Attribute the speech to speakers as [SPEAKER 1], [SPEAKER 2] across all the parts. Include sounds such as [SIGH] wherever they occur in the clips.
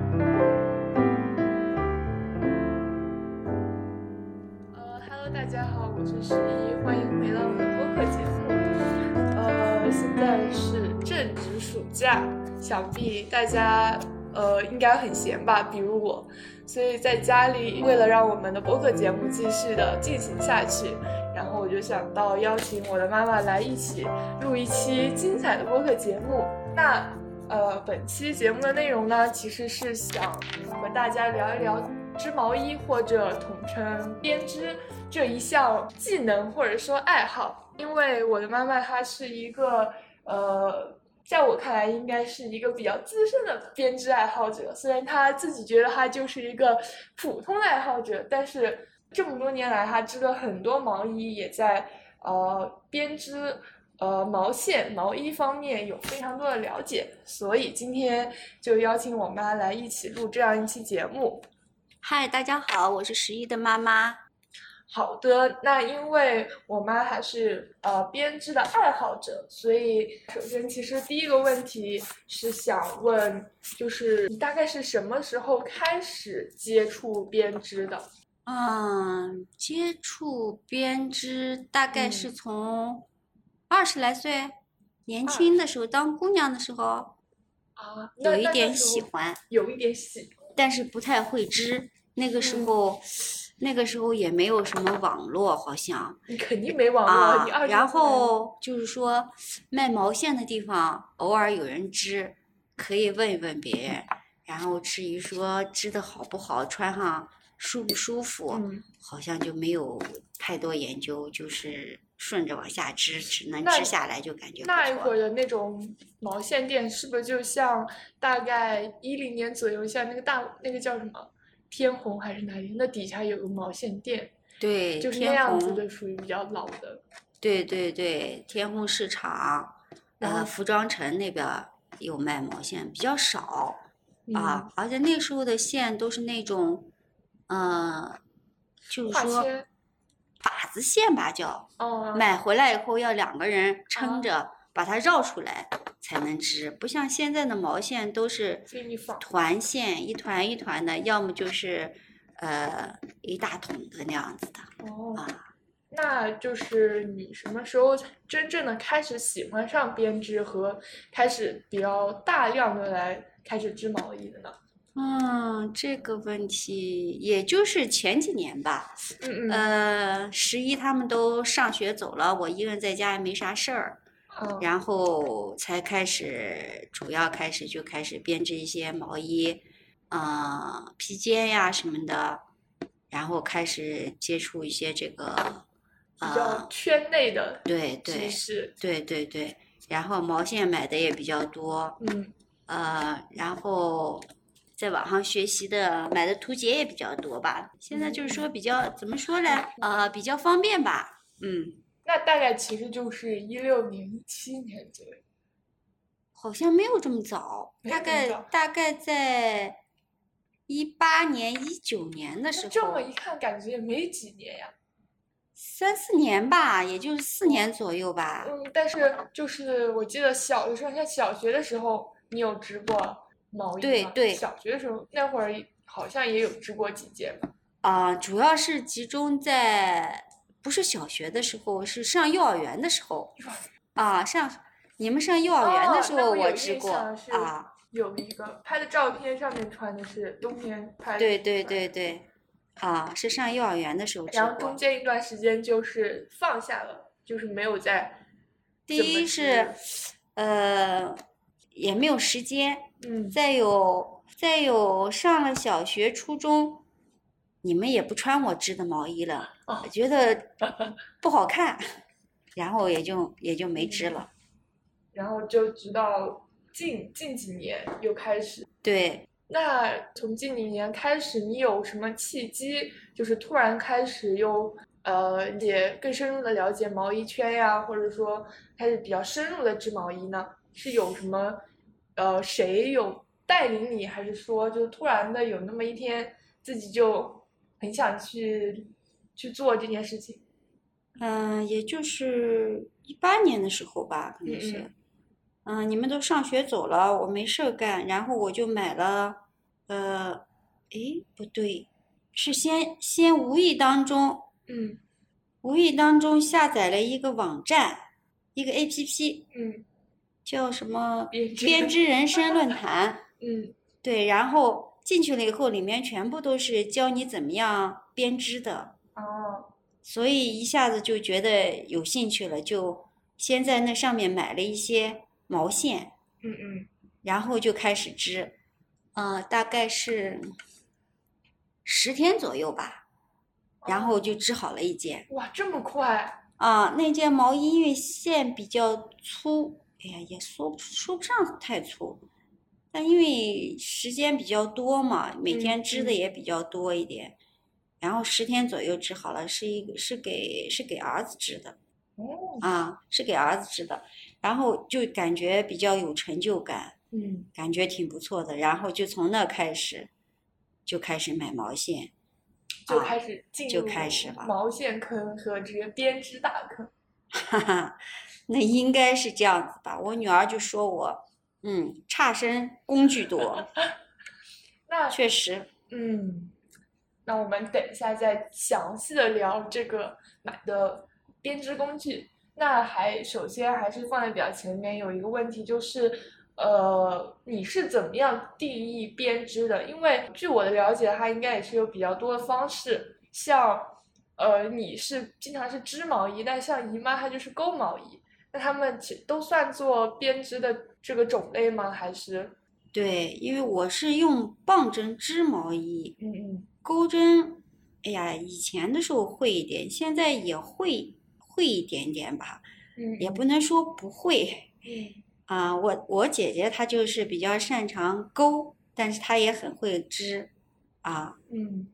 [SPEAKER 1] 呃呃假，想必大家呃应该很闲吧，比如我，所以在家里为了让我们的播客节目继续的进行下去，然后我就想到邀请我的妈妈来一起录一期精彩的播客节目。那呃，本期节目的内容呢，其实是想和大家聊一聊织毛衣或者统称编织这一项技能或者说爱好，因为我的妈妈她是一个呃。在我看来，应该是一个比较资深的编织爱好者。虽然她自己觉得她就是一个普通爱好者，但是这么多年来，她织了很多毛衣，也在呃编织呃毛线、毛衣方面有非常多的了解。所以今天就邀请我妈来一起录这样一期节目。
[SPEAKER 2] 嗨，大家好，我是十一的妈妈。
[SPEAKER 1] 好的，那因为我妈还是呃编织的爱好者，所以首先其实第一个问题是想问，就是你大概是什么时候开始接触编织的？
[SPEAKER 2] 嗯，接触编织大概
[SPEAKER 1] 嗯
[SPEAKER 2] 是从二十来岁，年轻的时候，当姑娘的时候，
[SPEAKER 1] 啊，那
[SPEAKER 2] 有一
[SPEAKER 1] 那个
[SPEAKER 2] 点
[SPEAKER 1] 时候
[SPEAKER 2] 喜欢，
[SPEAKER 1] 有一点喜
[SPEAKER 2] 但是不太会织。那个
[SPEAKER 1] 嗯
[SPEAKER 2] 时候，那个时候也没有什么网络，好像。
[SPEAKER 1] 你肯定没网络，
[SPEAKER 2] 啊
[SPEAKER 1] 你二，十
[SPEAKER 2] 然后就是说卖毛线的地方偶尔有人织，可以问一问别人。然后至于说织的好不好，穿上舒不舒服，
[SPEAKER 1] 嗯，
[SPEAKER 2] 好像就没有太多研究，就是顺着往下织，只能
[SPEAKER 1] 那
[SPEAKER 2] 织下来就感觉不
[SPEAKER 1] 那一会
[SPEAKER 2] 错。
[SPEAKER 1] 儿的那种毛线店是不是就像大概一零年左右，像那个大那个叫什么天虹还是哪里，那底下有个毛线店。
[SPEAKER 2] 对，
[SPEAKER 1] 就是那
[SPEAKER 2] 天
[SPEAKER 1] 样子
[SPEAKER 2] 虹，
[SPEAKER 1] 的，属于比较老的。
[SPEAKER 2] 对对对，天虹市场，
[SPEAKER 1] 然后
[SPEAKER 2] 呃，服装城那边儿有卖毛线，比较少。啊，而且那时候的线都是那种，呃，
[SPEAKER 1] 嗯，
[SPEAKER 2] 就是
[SPEAKER 1] 化
[SPEAKER 2] 说
[SPEAKER 1] 纤，
[SPEAKER 2] 靶子线吧，叫
[SPEAKER 1] 哦，
[SPEAKER 2] 买回来以后要两个人
[SPEAKER 1] 啊
[SPEAKER 2] 撑着把它绕出来才能织，不像现在的毛线都是
[SPEAKER 1] 给你仿
[SPEAKER 2] 团线，一团一团的，要么就是呃一大桶的那样子的。
[SPEAKER 1] 哦
[SPEAKER 2] 啊。
[SPEAKER 1] 那就是你什么时候才真正的开始喜欢上编织和开始比较大量的来开始织毛衣的呢？
[SPEAKER 2] 嗯，这个问题也就是前几年吧，
[SPEAKER 1] 嗯嗯，
[SPEAKER 2] 呃，十一他们都上学走了，我一个人在家也没啥事儿。
[SPEAKER 1] 嗯
[SPEAKER 2] 然后才开始，主要开始就开始编织一些毛衣，呃，披肩呀什么的，然后开始接触一些这个，
[SPEAKER 1] 比较
[SPEAKER 2] 呃，
[SPEAKER 1] 圈内的
[SPEAKER 2] 对
[SPEAKER 1] 知
[SPEAKER 2] 对
[SPEAKER 1] 识，
[SPEAKER 2] 对对对，然后毛线买的也比较多，
[SPEAKER 1] 嗯
[SPEAKER 2] 呃，然后在网上学习的买的图解也比较多吧。现在
[SPEAKER 1] 嗯
[SPEAKER 2] 就是说比较怎么说呢？呃，比较方便吧，嗯。
[SPEAKER 1] 那大概其实就是一六年、一七年左右。
[SPEAKER 2] 好像没有这么早，
[SPEAKER 1] 没有
[SPEAKER 2] 大
[SPEAKER 1] 这么
[SPEAKER 2] 概
[SPEAKER 1] 早
[SPEAKER 2] 大概在一八年、一九年的时
[SPEAKER 1] 那
[SPEAKER 2] 候，
[SPEAKER 1] 这么一看，感觉也没几年呀。
[SPEAKER 2] 三四年吧，也就是四年左右吧。
[SPEAKER 1] 嗯，但是就是我记得小的时候，像小学的时候，你有织过毛衣
[SPEAKER 2] 对
[SPEAKER 1] 吗？
[SPEAKER 2] 对
[SPEAKER 1] 小学的时候那会儿好像也有织过几件吧。
[SPEAKER 2] 啊、主要是集中在不是小学的时候，是上幼儿园的时候
[SPEAKER 1] 幼儿。
[SPEAKER 2] 啊，上你们上幼儿园
[SPEAKER 1] 哦
[SPEAKER 2] 的时
[SPEAKER 1] 那
[SPEAKER 2] 候，
[SPEAKER 1] 我有
[SPEAKER 2] 我
[SPEAKER 1] 印
[SPEAKER 2] 织过
[SPEAKER 1] 象是
[SPEAKER 2] 啊，
[SPEAKER 1] 有一个拍的照片上面穿的是冬天拍的，
[SPEAKER 2] 对对对。对，啊，是上幼儿园的时候织
[SPEAKER 1] 然后
[SPEAKER 2] 过
[SPEAKER 1] 中。间一段时间就是放下了，就是没有再
[SPEAKER 2] 第
[SPEAKER 1] 怎么
[SPEAKER 2] 一是，呃，也没有时间，
[SPEAKER 1] 嗯，
[SPEAKER 2] 再有再有上了小学、初中，你们也不穿我织的毛衣了，
[SPEAKER 1] 哦
[SPEAKER 2] 我觉得不好看，然后也就也就没织了。
[SPEAKER 1] 然后就直到近近几年又开始
[SPEAKER 2] 对，
[SPEAKER 1] 那从近几年开始，你有什么契机，就是突然开始又呃也更深入的了解毛衣圈呀，或者说开始比较深入的织毛衣呢？是有什么呃谁有带领你，还是说就突然的有那么一天自己就很想去去做这件事情？
[SPEAKER 2] 嗯、也就是一八年的时候吧，可
[SPEAKER 1] 嗯
[SPEAKER 2] 能是，
[SPEAKER 1] 嗯
[SPEAKER 2] 嗯、你们都上学走了，我没事儿干，然后我就买了，呃，诶，不对，是先先无意当中。
[SPEAKER 1] 嗯
[SPEAKER 2] 无意当中下载了一个网站，一个 APP，
[SPEAKER 1] 嗯
[SPEAKER 2] 叫什么
[SPEAKER 1] 编织
[SPEAKER 2] 编织人
[SPEAKER 1] [LAUGHS]
[SPEAKER 2] 生论坛，
[SPEAKER 1] 嗯
[SPEAKER 2] 对，然后进去了以后，里面全部都是教你怎么样编织的，
[SPEAKER 1] 哦
[SPEAKER 2] 所以一下子就觉得有兴趣了，就先在那上面买了一些毛线，
[SPEAKER 1] 嗯嗯
[SPEAKER 2] 然后就开始织，呃，大概是十天左右吧，然后就织好了一件。
[SPEAKER 1] 哇这么快
[SPEAKER 2] 啊，那件毛衣因为线比较粗，哎呀，也说不说不上太粗，但因为时间比较多嘛，每
[SPEAKER 1] 嗯
[SPEAKER 2] 天织的
[SPEAKER 1] 嗯
[SPEAKER 2] 也比较多一点，然后十天左右织好了，是一个是给是给儿子织的
[SPEAKER 1] 哦
[SPEAKER 2] 啊，是给儿子织的，然后就感觉比较有成就感，
[SPEAKER 1] 嗯
[SPEAKER 2] 感觉挺不错的，然后就从那开始就开始买毛线，
[SPEAKER 1] 就
[SPEAKER 2] 啊
[SPEAKER 1] 开始进入
[SPEAKER 2] 就开始了
[SPEAKER 1] 毛线坑和这个编织大坑
[SPEAKER 2] 哈哈， [LAUGHS] 那应该是这样子吧。我女儿就说我，嗯，差生工具多，
[SPEAKER 1] 那
[SPEAKER 2] 确实，
[SPEAKER 1] 嗯，那我们等一下再详细的聊这个买的编织工具。那还首先还是放在比较前面，有一个问题就是，呃，你是怎么样定义编织的？因为据我的了解，它应该也是有比较多的方式，像，呃，你是经常是织毛衣，但像姨妈她就是钩毛衣，那她们其都算作编织的这个种类吗？还是，
[SPEAKER 2] 对，因为我是用棒针织毛衣，
[SPEAKER 1] 嗯嗯
[SPEAKER 2] 钩针，哎呀，以前的时候会一点，现在也会会一点点吧，
[SPEAKER 1] 嗯，
[SPEAKER 2] 也不能说不会
[SPEAKER 1] 嗯
[SPEAKER 2] 啊。我我姐姐她就是比较擅长钩，但是她也很会织啊。
[SPEAKER 1] 嗯，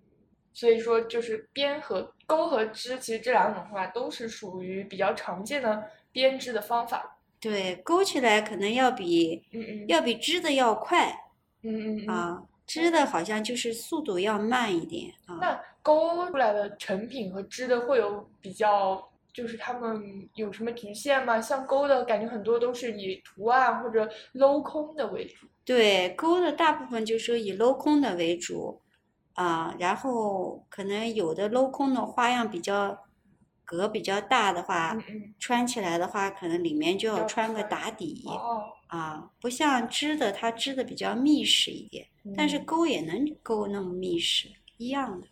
[SPEAKER 1] 所以说就是编和钩和织，其实这两种方法都是属于比较常见的编织的方法。
[SPEAKER 2] 对，钩起来可能要比
[SPEAKER 1] 嗯嗯
[SPEAKER 2] 要比织的要快。
[SPEAKER 1] 嗯嗯嗯。
[SPEAKER 2] 啊，织的好像就是速度要慢一点啊。
[SPEAKER 1] 那钩出来的成品和织的会有比较，就是它们有什么局限吗？像钩的感觉很多都是以图案或者镂空的为主。
[SPEAKER 2] 对，钩的大部分就说以镂空的为主啊，然后可能有的镂空的花样比较格比较大的话
[SPEAKER 1] 嗯，嗯。
[SPEAKER 2] 穿起来的话，可能里面就要
[SPEAKER 1] 要
[SPEAKER 2] 穿个
[SPEAKER 1] 穿
[SPEAKER 2] 打底
[SPEAKER 1] 哦。
[SPEAKER 2] 啊，不像织的，它织的比较密实一点，但是
[SPEAKER 1] 嗯
[SPEAKER 2] 钩也能钩那么密实，一样的。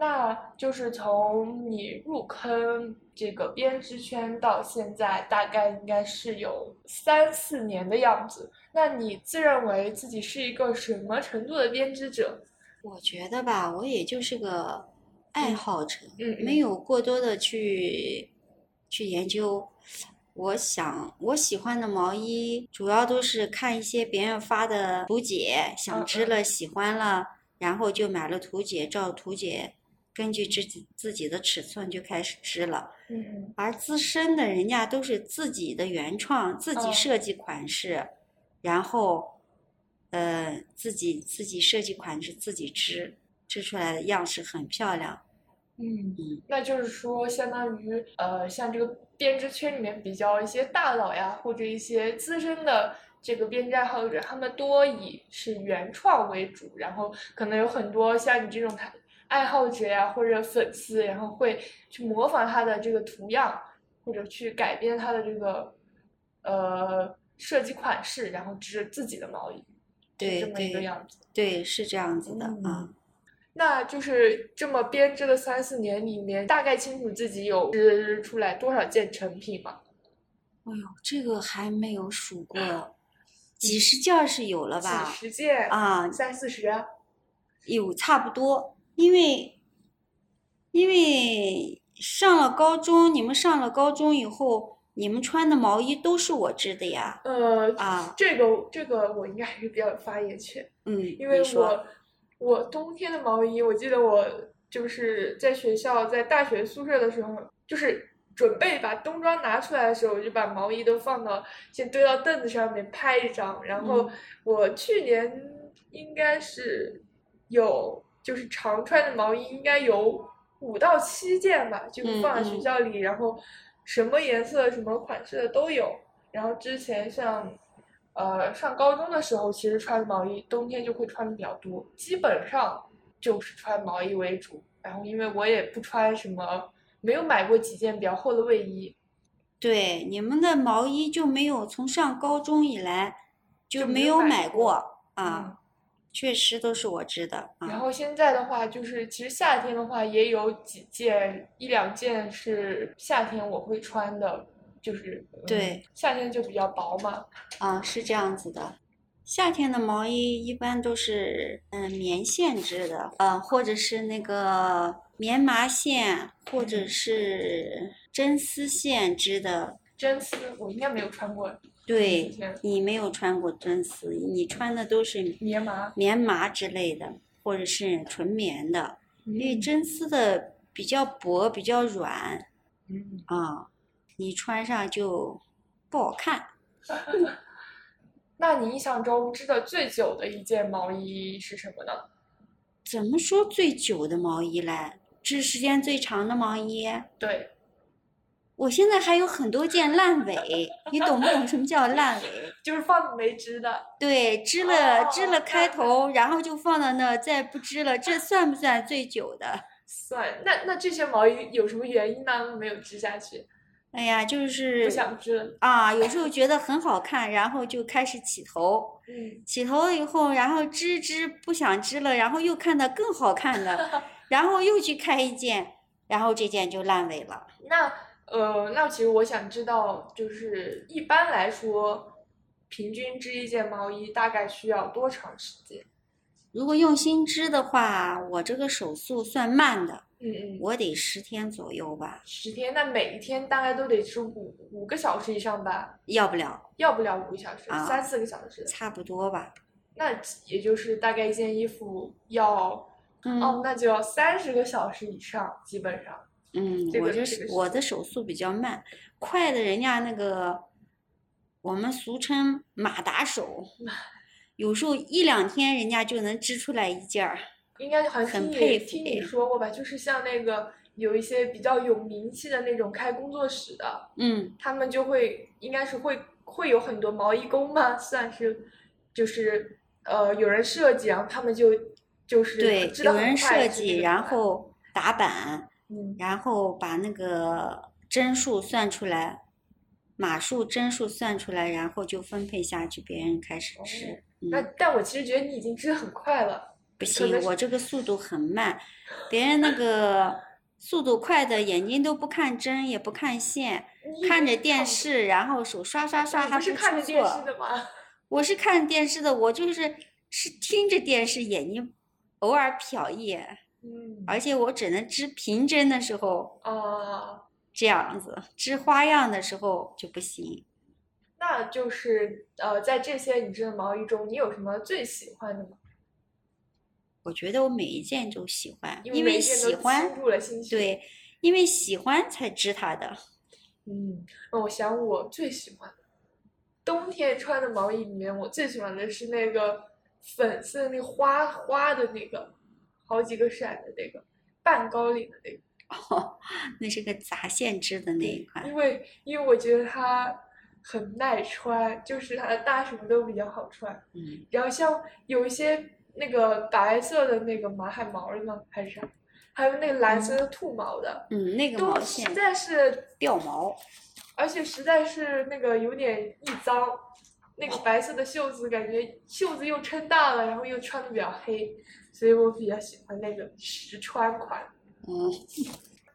[SPEAKER 1] 那就是从你入坑这个编织圈到现在，大概应该是有三四年的样子。那你自认为自己是一个什么程度的编织者？
[SPEAKER 2] 我觉得吧，我也就是个爱
[SPEAKER 1] 嗯
[SPEAKER 2] 好者，
[SPEAKER 1] 嗯嗯
[SPEAKER 2] 没有过多的去去研究。我想我喜欢的毛衣，主要都是看一些别人发的图解，
[SPEAKER 1] 嗯
[SPEAKER 2] 想织
[SPEAKER 1] 嗯
[SPEAKER 2] 了、喜欢了，然后就买了图解，照图解，根据自己自己的尺寸就开始织了。
[SPEAKER 1] 嗯嗯
[SPEAKER 2] 而资深的人家都是自己的原创，自己
[SPEAKER 1] 嗯
[SPEAKER 2] 设计款式，然后，呃，自己自己设计款式，自己织，织出来的样式很漂亮。
[SPEAKER 1] 嗯
[SPEAKER 2] 嗯，
[SPEAKER 1] 那就是说，相当于呃，像这个编织圈里面比较一些大佬呀，或者一些资深的这个编织爱好者，他们多以是原创为主，然后可能有很多像你这种他爱好者呀或者粉丝，然后会去模仿他的这个图样，或者去改编他的这个呃设计款式，然后织自己的毛衣，是
[SPEAKER 2] 对
[SPEAKER 1] 这么一个
[SPEAKER 2] 对
[SPEAKER 1] 样子。
[SPEAKER 2] 对，是这样子的啊。
[SPEAKER 1] 那就是这么编织了三四年里面，大概清楚自己有织出来多少件成品嘛？
[SPEAKER 2] 哎呦，这个还没有数过， [SNIFFS] 嗯几十件儿是有了
[SPEAKER 1] 几
[SPEAKER 2] 吧？
[SPEAKER 1] 十件，
[SPEAKER 2] 啊，
[SPEAKER 1] 三四十，
[SPEAKER 2] 有差不多，因为因为上了高中，你们上了高中以后，你们穿的毛衣都是我织的呀。
[SPEAKER 1] 呃，
[SPEAKER 2] 啊，
[SPEAKER 1] 这个这个我应该还是比较有发言权，
[SPEAKER 2] 嗯，
[SPEAKER 1] 因为
[SPEAKER 2] 你说
[SPEAKER 1] 我我冬天的毛衣，我记得我就是在学校在大学宿舍的时候，就是准备把冬装拿出来的时候，我就把毛衣都放到先堆到凳子上面拍一张，然后
[SPEAKER 2] 嗯
[SPEAKER 1] 我去年应该是有就是常穿的毛衣应该有五到七件吧，就是
[SPEAKER 2] 嗯
[SPEAKER 1] 放在
[SPEAKER 2] 嗯
[SPEAKER 1] 学校里，然后什么颜色、什么款式的都有。然后之前像，呃，上高中的时候，其实穿毛衣，冬天就会穿的比较多，基本上就是穿毛衣为主。然后因为我也不穿什么，没有买过几件比较厚的卫衣，
[SPEAKER 2] 对，你们的毛衣就没有从上高中以来就
[SPEAKER 1] 就没
[SPEAKER 2] 没
[SPEAKER 1] 有
[SPEAKER 2] 有
[SPEAKER 1] 买
[SPEAKER 2] 买
[SPEAKER 1] 过嗯
[SPEAKER 2] 过啊，确实都是我织的
[SPEAKER 1] 然
[SPEAKER 2] 啊。
[SPEAKER 1] 后现在的话，就是其实夏天的话也有几件一两件是夏天我会穿的，就是、嗯
[SPEAKER 2] 对
[SPEAKER 1] 夏天就比较薄嘛，
[SPEAKER 2] 啊，是这样子的。夏天的毛衣一般都是嗯棉线织的，呃，或者是那个棉麻线，或者
[SPEAKER 1] 嗯
[SPEAKER 2] 是真丝线织的。
[SPEAKER 1] 真丝我应该没有穿过
[SPEAKER 2] 对
[SPEAKER 1] 之，前
[SPEAKER 2] 你没有穿过真丝，你穿的都是
[SPEAKER 1] 棉麻，
[SPEAKER 2] 棉麻之类的，或者是纯棉的，
[SPEAKER 1] 嗯
[SPEAKER 2] 因为真丝的比较薄，比较软
[SPEAKER 1] 嗯，
[SPEAKER 2] 啊，你穿上就不好看。
[SPEAKER 1] 那你印象中织的最久的一件毛衣是什么呢？
[SPEAKER 2] 怎么说最久的毛衣嘞？织时间最长的毛衣，
[SPEAKER 1] 对，
[SPEAKER 2] 我现在还有很多件烂尾，你懂不懂什么叫烂尾？
[SPEAKER 1] 就是放没织的，
[SPEAKER 2] 对，织了织
[SPEAKER 1] 哦
[SPEAKER 2] 了开
[SPEAKER 1] 烂尾
[SPEAKER 2] 头，然后就放到那儿，再不织了，这算不算最久的？
[SPEAKER 1] 算那那这些毛衣有什么原因呢？没有织下去，
[SPEAKER 2] 哎呀，就是
[SPEAKER 1] 不想织了，
[SPEAKER 2] 啊，有时候觉得很好看，然后就开始起头，
[SPEAKER 1] 嗯，
[SPEAKER 2] 起头了以后，然后织织不想织了，然后又看到更好看
[SPEAKER 1] [LAUGHS]
[SPEAKER 2] 的，然后又去开一件，然后这件就烂尾了。
[SPEAKER 1] 那呃，那其实我想知道，就是一般来说，平均织一件毛衣大概需要多长时间？
[SPEAKER 2] 如果用心织的话，我这个手速算慢的，
[SPEAKER 1] 嗯嗯，
[SPEAKER 2] 我得十天左右吧，
[SPEAKER 1] 十天，那每一天大概都得织五五个小时以上吧，
[SPEAKER 2] 要不了，
[SPEAKER 1] 要不了五个小时，
[SPEAKER 2] 啊
[SPEAKER 1] 三四个小时，
[SPEAKER 2] 差不多吧。
[SPEAKER 1] 那也就是大概一件衣服要、哦
[SPEAKER 2] 嗯，
[SPEAKER 1] 那就要三十个小时以上，基本上。
[SPEAKER 2] 嗯，
[SPEAKER 1] 这
[SPEAKER 2] 我
[SPEAKER 1] 个
[SPEAKER 2] 这
[SPEAKER 1] 这
[SPEAKER 2] 是
[SPEAKER 1] 个是
[SPEAKER 2] 我的手速比较慢，快的人家那个，我们俗称马
[SPEAKER 1] [LAUGHS]
[SPEAKER 2] 打手，有时候一两天人家就能织出来一件儿。
[SPEAKER 1] 应该好像
[SPEAKER 2] 很
[SPEAKER 1] 听你
[SPEAKER 2] 佩服
[SPEAKER 1] 听你
[SPEAKER 2] 哎
[SPEAKER 1] 说过吧，就是像那个有一些比较有名气的那种开工作室的，
[SPEAKER 2] 嗯，
[SPEAKER 1] 他们就会应该是会会有很多毛衣工嘛， [LAUGHS] 算是就是呃有人设计，然后他们就就是
[SPEAKER 2] 对，
[SPEAKER 1] 知道
[SPEAKER 2] 有
[SPEAKER 1] 很
[SPEAKER 2] 人
[SPEAKER 1] 快
[SPEAKER 2] 设
[SPEAKER 1] 是
[SPEAKER 2] 计，
[SPEAKER 1] 这个
[SPEAKER 2] 然
[SPEAKER 1] 款
[SPEAKER 2] 后打板，
[SPEAKER 1] 嗯
[SPEAKER 2] 然后把那个帧数算出来，码数帧数算出来，然后就分配下去，别人开始
[SPEAKER 1] 哦
[SPEAKER 2] 织。
[SPEAKER 1] 那
[SPEAKER 2] 嗯，
[SPEAKER 1] 但我其实觉得你已经织的很快了，
[SPEAKER 2] 不
[SPEAKER 1] 特别
[SPEAKER 2] 行，我
[SPEAKER 1] 是
[SPEAKER 2] 这个速度很慢，别人那个速度快的，眼睛都不看针，也不看线，
[SPEAKER 1] 你已
[SPEAKER 2] 看
[SPEAKER 1] 经
[SPEAKER 2] 着电
[SPEAKER 1] 看
[SPEAKER 2] 视，然后手刷刷刷，
[SPEAKER 1] 你
[SPEAKER 2] 还
[SPEAKER 1] 不是
[SPEAKER 2] 出
[SPEAKER 1] 看着电视
[SPEAKER 2] 错。
[SPEAKER 1] 的吗？ [LAUGHS]
[SPEAKER 2] 我是看电视的，我就是是听着电视，眼睛偶尔瞟一眼，
[SPEAKER 1] 嗯
[SPEAKER 2] 而且我只能织平针的时候
[SPEAKER 1] 啊，
[SPEAKER 2] 这样子，织花样的时候就不行。
[SPEAKER 1] 那就是呃，在这些你织的毛衣中，你有什么最喜欢的吗？
[SPEAKER 2] 我觉得我每一件都喜欢，因
[SPEAKER 1] 每
[SPEAKER 2] 为
[SPEAKER 1] 一件都
[SPEAKER 2] 喜
[SPEAKER 1] 倾
[SPEAKER 2] 欢，
[SPEAKER 1] 注了心血。，
[SPEAKER 2] 对，因为喜欢才织它的。
[SPEAKER 1] 嗯，那我想我最喜欢的冬天穿的毛衣里面，我最喜欢的是那个粉色那花花的那个，好几个闪的那个半高领的那个，
[SPEAKER 2] 哦，那是个杂线织的那一款。
[SPEAKER 1] 因为因为我觉得它很耐穿，就是它的搭什么都比较好穿。
[SPEAKER 2] 嗯，
[SPEAKER 1] 然后像有一些那个白色的那个马海毛的吗？还是啥？还有那个蓝色的兔毛的，
[SPEAKER 2] 嗯，那个毛
[SPEAKER 1] 都实
[SPEAKER 2] 线
[SPEAKER 1] 在是
[SPEAKER 2] 掉毛，
[SPEAKER 1] 而且实在是那个有点易脏，那个白色的袖子感觉袖子又撑大了，然后又穿的比较黑，所以我比较喜欢那个实穿款。
[SPEAKER 2] 嗯，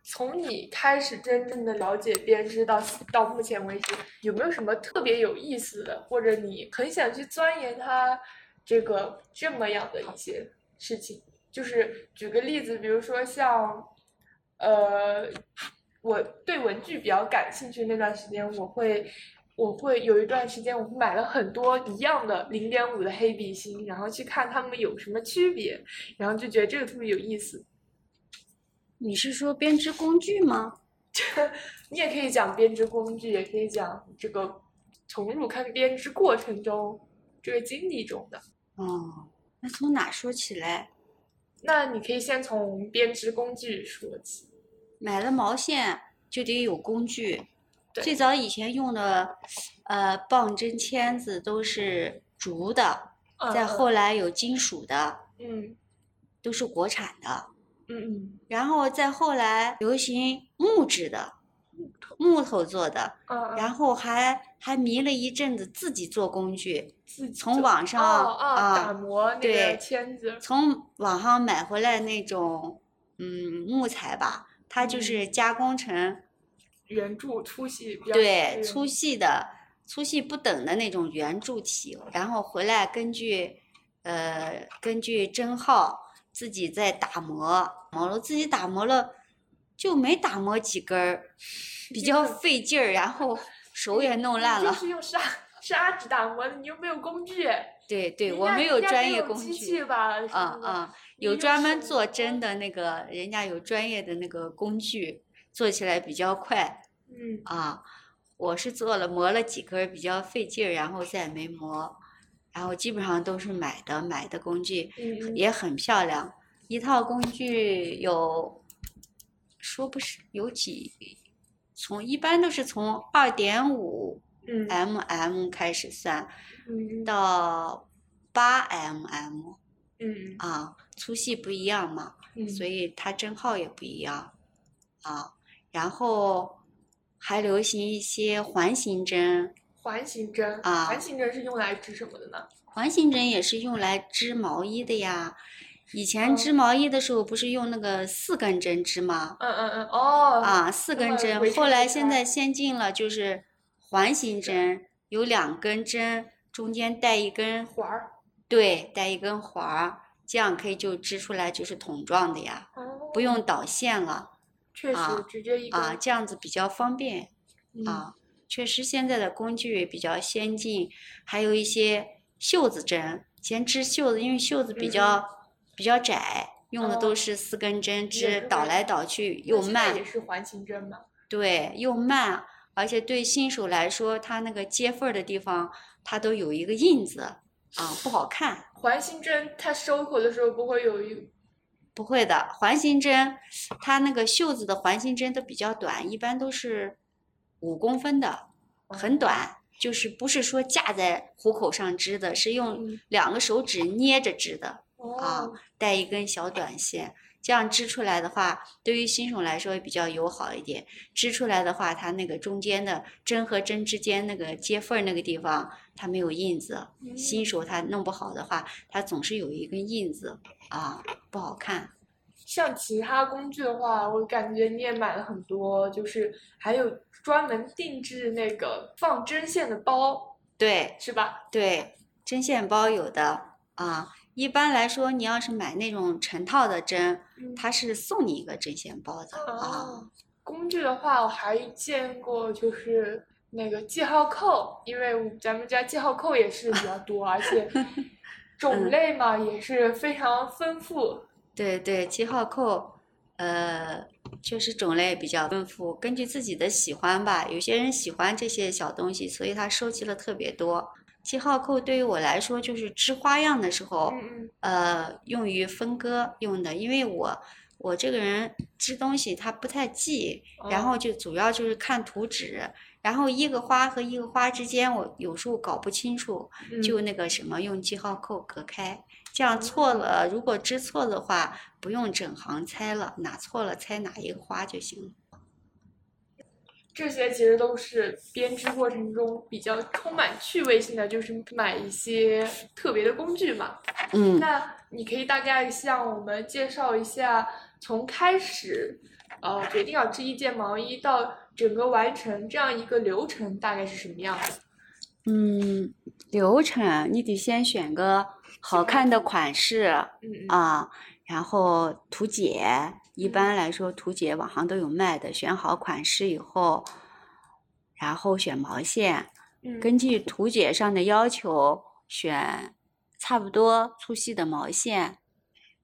[SPEAKER 1] 从你开始真正的了解编织到到目前为止，有没有什么特别有意思的，或者你很想去钻研它这个这么样的一些事情？就是举个例子，比如说像，呃，我对文具比较感兴趣那段时间，我会我会有一段时间，我买了很多一样的零点五的黑笔芯，然后去看它们有什么区别，然后就觉得这个特别有意思。
[SPEAKER 2] 你是说编织工具吗？
[SPEAKER 1] 你也可以讲编织工具，也可以讲这个从入坑编织过程中这个经历中的。
[SPEAKER 2] 哦，那从哪说起来？
[SPEAKER 1] 那你可以先从编织工具说起。
[SPEAKER 2] 买了毛线就得有工具。
[SPEAKER 1] 对
[SPEAKER 2] 最早以前用的，呃，棒针签子都是竹的，
[SPEAKER 1] 嗯
[SPEAKER 2] 再
[SPEAKER 1] 嗯
[SPEAKER 2] 后来有金属的，
[SPEAKER 1] 嗯
[SPEAKER 2] 都是国产的。
[SPEAKER 1] 嗯嗯，
[SPEAKER 2] 然后再后来流行木质的，木头做的，
[SPEAKER 1] 嗯，
[SPEAKER 2] 然后还还迷了一阵子自己做工具，
[SPEAKER 1] 自己
[SPEAKER 2] 从
[SPEAKER 1] 做
[SPEAKER 2] 网上
[SPEAKER 1] 哦哦打
[SPEAKER 2] 啊，
[SPEAKER 1] 磨那个
[SPEAKER 2] 对
[SPEAKER 1] 签子，
[SPEAKER 2] 从网上买回来那种嗯木材吧，它就
[SPEAKER 1] 嗯
[SPEAKER 2] 是加工成
[SPEAKER 1] 圆柱粗细比较
[SPEAKER 2] 对
[SPEAKER 1] 嗯
[SPEAKER 2] 粗细的、粗细不等的那种圆柱体，然后回来根据呃根据针号自己再打磨，磨了自己打磨了就没打磨几根儿，
[SPEAKER 1] [LAUGHS]
[SPEAKER 2] 比较费劲儿，然后手也弄烂
[SPEAKER 1] 你 [LAUGHS]
[SPEAKER 2] 了
[SPEAKER 1] 就。是用砂砂纸打磨的，你又没有工具。
[SPEAKER 2] 对对，
[SPEAKER 1] 人
[SPEAKER 2] 我
[SPEAKER 1] 家
[SPEAKER 2] 们
[SPEAKER 1] 人
[SPEAKER 2] 有
[SPEAKER 1] 家
[SPEAKER 2] 专
[SPEAKER 1] 也
[SPEAKER 2] 业
[SPEAKER 1] 有
[SPEAKER 2] 工
[SPEAKER 1] 机
[SPEAKER 2] 具
[SPEAKER 1] 器。吧？
[SPEAKER 2] 啊
[SPEAKER 1] 什么的，
[SPEAKER 2] 啊，
[SPEAKER 1] 你
[SPEAKER 2] 有
[SPEAKER 1] 用
[SPEAKER 2] 专门
[SPEAKER 1] 手
[SPEAKER 2] 做
[SPEAKER 1] 工
[SPEAKER 2] 针的那个，人家有专业的那个工具，做起来比较快。
[SPEAKER 1] 嗯，
[SPEAKER 2] 啊，我是做了磨了几根儿比较费劲儿，然后再没磨，然后基本上都是买的，买的工具
[SPEAKER 1] 嗯嗯
[SPEAKER 2] 也很漂亮，一套工具有，说不是有几，从一般都是从二点五
[SPEAKER 1] 嗯
[SPEAKER 2] mm 开始算
[SPEAKER 1] 嗯
[SPEAKER 2] 到八 mm
[SPEAKER 1] 嗯
[SPEAKER 2] 啊，粗细不一样嘛。
[SPEAKER 1] 嗯，
[SPEAKER 2] 所
[SPEAKER 1] 以
[SPEAKER 2] 以它针号也不一样啊。然后还流行一些环形针，
[SPEAKER 1] 环形针
[SPEAKER 2] 啊
[SPEAKER 1] 环形针是用来织什么的呢？
[SPEAKER 2] 环形针也是用来织毛衣的呀。以前织毛衣的时候不是用那个四根针织吗？
[SPEAKER 1] 嗯嗯嗯，哦，
[SPEAKER 2] 啊，四
[SPEAKER 1] 那
[SPEAKER 2] 根
[SPEAKER 1] 么
[SPEAKER 2] 针
[SPEAKER 1] 围。成
[SPEAKER 2] 后来
[SPEAKER 1] 一
[SPEAKER 2] 现
[SPEAKER 1] 圈
[SPEAKER 2] 在先进了，就是环形针，有两根针，中间带一根，
[SPEAKER 1] 环儿，
[SPEAKER 2] 对，带一根环儿，这样可以就织出来就是筒状的呀，
[SPEAKER 1] 哦
[SPEAKER 2] 不，用导线了
[SPEAKER 1] 确实
[SPEAKER 2] 啊
[SPEAKER 1] 直接一根
[SPEAKER 2] 啊，这样子比较方便。，
[SPEAKER 1] 嗯
[SPEAKER 2] 啊，确实现在的工具比较先进，还有一些袖子针，以前织袖子，因为袖子
[SPEAKER 1] 嗯
[SPEAKER 2] 比
[SPEAKER 1] 嗯
[SPEAKER 2] 较、比较窄，用的
[SPEAKER 1] 哦
[SPEAKER 2] 都是四根针
[SPEAKER 1] 也
[SPEAKER 2] 织，
[SPEAKER 1] 是
[SPEAKER 2] 倒
[SPEAKER 1] 会
[SPEAKER 2] 来倒去
[SPEAKER 1] 嗯那
[SPEAKER 2] 又
[SPEAKER 1] 现在也
[SPEAKER 2] 慢，
[SPEAKER 1] 是环形针嘛？
[SPEAKER 2] 对，又慢，而且对新手来说，它那个接缝儿的地方，它都有一个印子啊，不好看。
[SPEAKER 1] 环形针它收口的时候不会有一
[SPEAKER 2] 不会的，环形针，它那个袖子的环形针都比较短，一般都是五公分的，
[SPEAKER 1] 哦
[SPEAKER 2] 很短，就是不是说架在虎口上织的，是用
[SPEAKER 1] 嗯
[SPEAKER 2] 两个手指捏着织的，啊
[SPEAKER 1] 哦，
[SPEAKER 2] 带一根小短线，这样织出来的话，对于新手来说比较友好一点。织出来的话，它那个中间的针和针之间那个接缝儿那个地方，它没有印子，新
[SPEAKER 1] 嗯
[SPEAKER 2] 手他弄不好的话，他总是有一根印子啊，不好看。
[SPEAKER 1] 像其他工具的话，我感觉你也买了很多，就是还有专门定制那个放针线的包，
[SPEAKER 2] 对
[SPEAKER 1] 是吧？
[SPEAKER 2] 对，针线包有的啊。一般来说，你要是买那种成套的针，
[SPEAKER 1] 嗯
[SPEAKER 2] 它是送你一个针线包的啊。
[SPEAKER 1] 哦，工具的话，我还见过就是那个记号扣，因为我咱们家记号扣也是比较多，而
[SPEAKER 2] [LAUGHS]
[SPEAKER 1] 且
[SPEAKER 2] 嗯
[SPEAKER 1] 种类嘛也是非常丰富。
[SPEAKER 2] 对对，记号扣，呃，确实种类比较丰富，根据自己的喜欢吧。有些人喜欢这些小东西，所以他收集了特别多。记号扣对于我来说，就是织花样的时候，
[SPEAKER 1] 嗯
[SPEAKER 2] 呃，用于分割用的，因为我我这个人织东西他不太记，
[SPEAKER 1] 嗯，
[SPEAKER 2] 然后
[SPEAKER 1] 哦
[SPEAKER 2] 就主要就是看图纸，然后一个花和一个花之间，我有时候搞不清楚，
[SPEAKER 1] 嗯
[SPEAKER 2] 就那个什么用记号扣隔开，这样错了，如果织错的话，不用整行猜了，哪错了猜哪一个花就行了。
[SPEAKER 1] 这些其实都是编织过程中比较充满趣味性的，就是买一些特别的工具嘛。
[SPEAKER 2] 嗯，
[SPEAKER 1] 那你可以大概向我们介绍一下，从开始，呃，决定要织一件毛衣到整个完成这样一个流程，大概是什么样的？
[SPEAKER 2] 嗯，流程你得先选个好看的款式
[SPEAKER 1] 嗯嗯
[SPEAKER 2] 啊，然后图解，一
[SPEAKER 1] 嗯
[SPEAKER 2] 般来说图解网上都有卖的，选好款式以后，然后选毛线，
[SPEAKER 1] 嗯，
[SPEAKER 2] 根据图解上的要求选差不多粗细的毛线，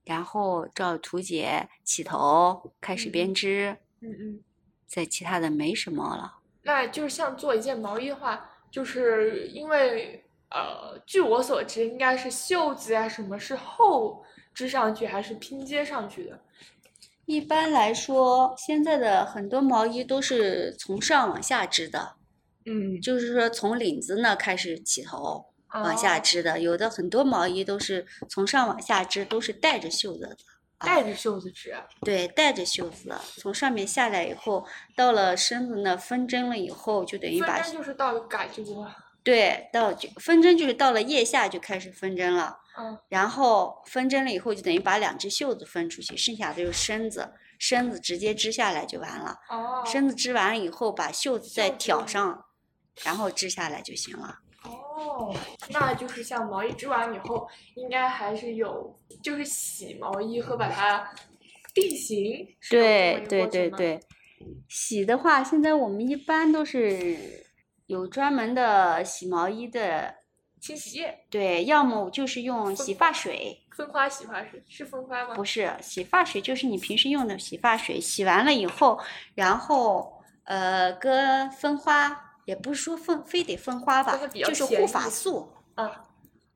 [SPEAKER 2] 然后照图解起头开始
[SPEAKER 1] 嗯
[SPEAKER 2] 编织，
[SPEAKER 1] 嗯嗯，
[SPEAKER 2] 再其他的没什么了。
[SPEAKER 1] 那就是像做一件毛衣的话，就是因为呃，据我所知，应该是袖子啊什么是后织上去还是拼接上去的？
[SPEAKER 2] 一般来说，现在的很多毛衣都是从上往下织的，
[SPEAKER 1] 嗯，
[SPEAKER 2] 就是说从领子那开始起头往下
[SPEAKER 1] 哦
[SPEAKER 2] 织的。有的很多毛衣都是从上往下织，都是带着袖子的
[SPEAKER 1] 带着袖子织。啊
[SPEAKER 2] 对，带着袖子从上面下来以后，到了身子那分针了以后，就等于把
[SPEAKER 1] 分针就是到嘎啾啊。
[SPEAKER 2] 对到就分针就是到了腋下就开始分针了，
[SPEAKER 1] 嗯，
[SPEAKER 2] 然后分针了以后就等于把两只袖子分出去，剩下的就是身子，身子直接织下来就完了。
[SPEAKER 1] 哦。
[SPEAKER 2] 身子织完了以后，把袖子再
[SPEAKER 1] 袖子
[SPEAKER 2] 挑上，然后织下来就行了。
[SPEAKER 1] 哦，那就是像毛衣织完以后，应该还是有，就是洗毛衣和把它定型。是有
[SPEAKER 2] 对
[SPEAKER 1] 这么一个
[SPEAKER 2] 对
[SPEAKER 1] 过程
[SPEAKER 2] 对
[SPEAKER 1] 吗，
[SPEAKER 2] 对，洗的话，现在我们一般都是有专门的洗毛衣的，
[SPEAKER 1] 清洗液、
[SPEAKER 2] 对，要么就是用洗发水，
[SPEAKER 1] 蜂花洗发水是蜂花吗？
[SPEAKER 2] 不是洗发水，就是你平时用的洗发水，洗完了以后，然后呃，跟蜂花，也不是说蜂，非得蜂花吧
[SPEAKER 1] 蜂花，比较
[SPEAKER 2] 就是护
[SPEAKER 1] 便
[SPEAKER 2] 发
[SPEAKER 1] 宜
[SPEAKER 2] 素，
[SPEAKER 1] 啊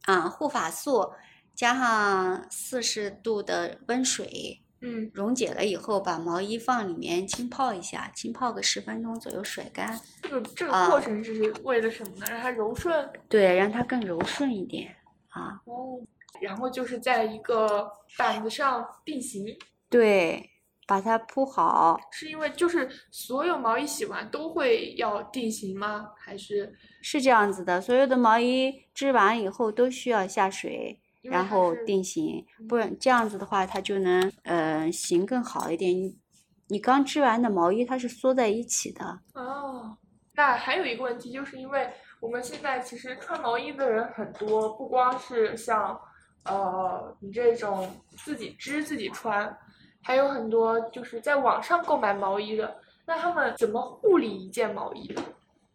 [SPEAKER 2] 啊，护发素加上四十度的温水，
[SPEAKER 1] 嗯，
[SPEAKER 2] 溶解了以后，把毛衣放里面浸泡一下，浸泡个十分钟左右，甩干。
[SPEAKER 1] 这个这
[SPEAKER 2] 啊
[SPEAKER 1] 个过程是为了什么呢？让它柔顺。
[SPEAKER 2] 对，让它更柔顺一点啊。
[SPEAKER 1] 哦。然后就是在一个板子上定型，
[SPEAKER 2] 对，把它铺好。
[SPEAKER 1] 是因为就是所有毛衣洗完都会要定型吗？还是
[SPEAKER 2] 是这样子的，所有的毛衣织完以后都需要下水，
[SPEAKER 1] 因为
[SPEAKER 2] 然
[SPEAKER 1] 还
[SPEAKER 2] 后
[SPEAKER 1] 是
[SPEAKER 2] 定型，
[SPEAKER 1] 嗯
[SPEAKER 2] 不然这样子的话，它就能呃型更好一点。你你刚织完的毛衣它是缩在一起的，
[SPEAKER 1] 哦，那还有一个问题，就是因为我们现在其实穿毛衣的人很多，不光是像呃你这种自己织自己穿，还有很多就是在网上购买毛衣的。那他们怎么护理一件毛衣呢？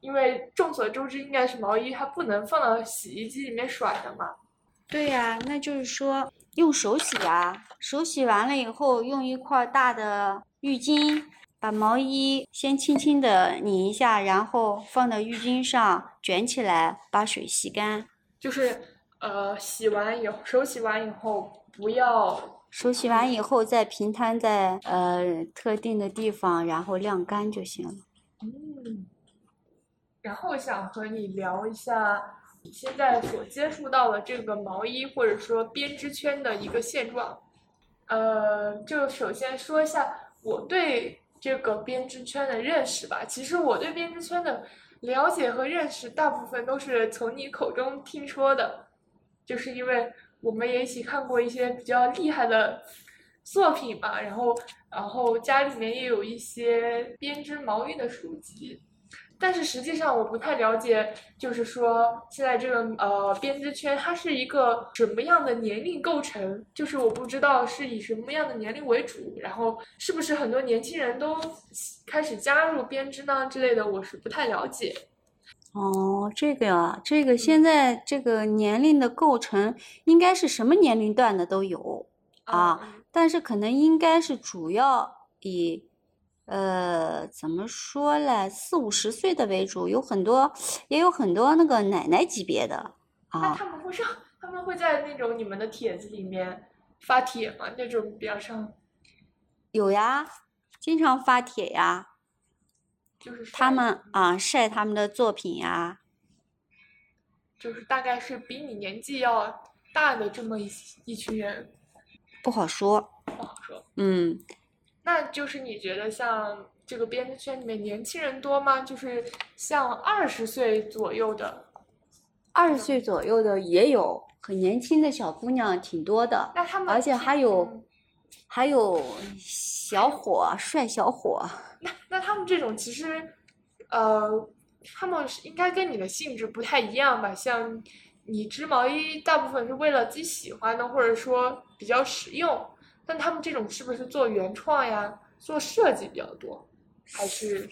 [SPEAKER 1] 因为众所周知，应该是毛衣它不能放到洗衣机里面甩的嘛。
[SPEAKER 2] 对呀、那就是说用手洗啊，手洗完了以后，用一块大的浴巾把毛衣先轻轻的拧一下，然后放到浴巾上卷起来，把水吸干。
[SPEAKER 1] 就是呃洗完以后，手洗完以后不要
[SPEAKER 2] 手洗完以后再平摊在呃特定的地方，然后晾干就行了。
[SPEAKER 1] 嗯，然后想和你聊一下你现在所接触到的这个毛衣或者说编织圈的一个现状。呃，就首先说一下我对这个编织圈的认识吧。其实我对编织圈的了解和认识，大部分都是从你口中听说的，就是因为我们也一起看过一些比较厉害的作品嘛，然后然后家里面也有一些编织毛衣的书籍，但是实际上我不太了解，就是说现在这个呃编织圈它是一个什么样的年龄构成，就是我不知道是以什么样的年龄为主，然后是不是很多年轻人都开始加入编织呢之类的，我是不太了解。
[SPEAKER 2] 哦，这个啊，这个现在这个年龄的构成应该是什么年龄段的都有。啊
[SPEAKER 1] 嗯，
[SPEAKER 2] 但是可能应该是主要以，呃，怎么说嘞，四五十岁的为主，有很多，也有很多那个奶奶级别的
[SPEAKER 1] 那
[SPEAKER 2] 啊，
[SPEAKER 1] 他们会上，他们会在那种你们的帖子里面发帖吗？那种比较上
[SPEAKER 2] 有呀，经常发帖呀，
[SPEAKER 1] 就是晒
[SPEAKER 2] 他们啊晒他们的作品呀，
[SPEAKER 1] 就是大概是比你年纪要大的这么一一群人，
[SPEAKER 2] 不好说，
[SPEAKER 1] 不好说。
[SPEAKER 2] 嗯，
[SPEAKER 1] 那就是你觉得像这个编织圈里面年轻人多吗？就是像二十岁左右的，
[SPEAKER 2] 二十岁左右的也有，很年轻的小姑娘挺多的，
[SPEAKER 1] 那他们
[SPEAKER 2] 而且
[SPEAKER 1] 平
[SPEAKER 2] 还有
[SPEAKER 1] 嗯
[SPEAKER 2] 还有小伙帅小伙，
[SPEAKER 1] 那他们这种其实，呃，他们是应该跟你的性质不太一样吧？像你织毛衣，大部分是为了自己喜欢的，或者说比较实用。但他们这种是不是做原创呀、做设计比较多，还是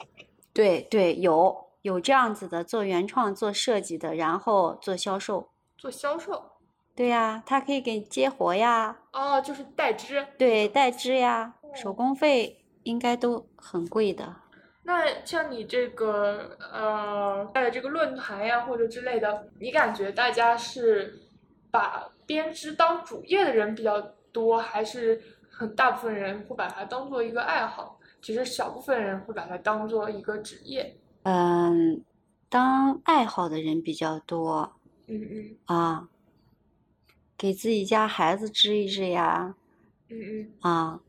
[SPEAKER 2] 对对，有有这样子的做原创、做设计的，然后做销售。
[SPEAKER 1] 做销售？
[SPEAKER 2] 对呀，他可以给你接活呀，
[SPEAKER 1] 哦，就是代织。
[SPEAKER 2] 对，代织呀，手
[SPEAKER 1] 哦
[SPEAKER 2] 工费应该都很贵的。
[SPEAKER 1] 那像你这个呃，在这个论坛呀或者之类的，你感觉大家是把编织当主业的人比较多，还是很大部分人会把它当做一个爱好？其实小部分人会把它当做一个职业。
[SPEAKER 2] 嗯，当爱好的人比较多
[SPEAKER 1] 嗯嗯，
[SPEAKER 2] 啊，给自己家孩子织一织呀，
[SPEAKER 1] 嗯嗯，
[SPEAKER 2] 啊，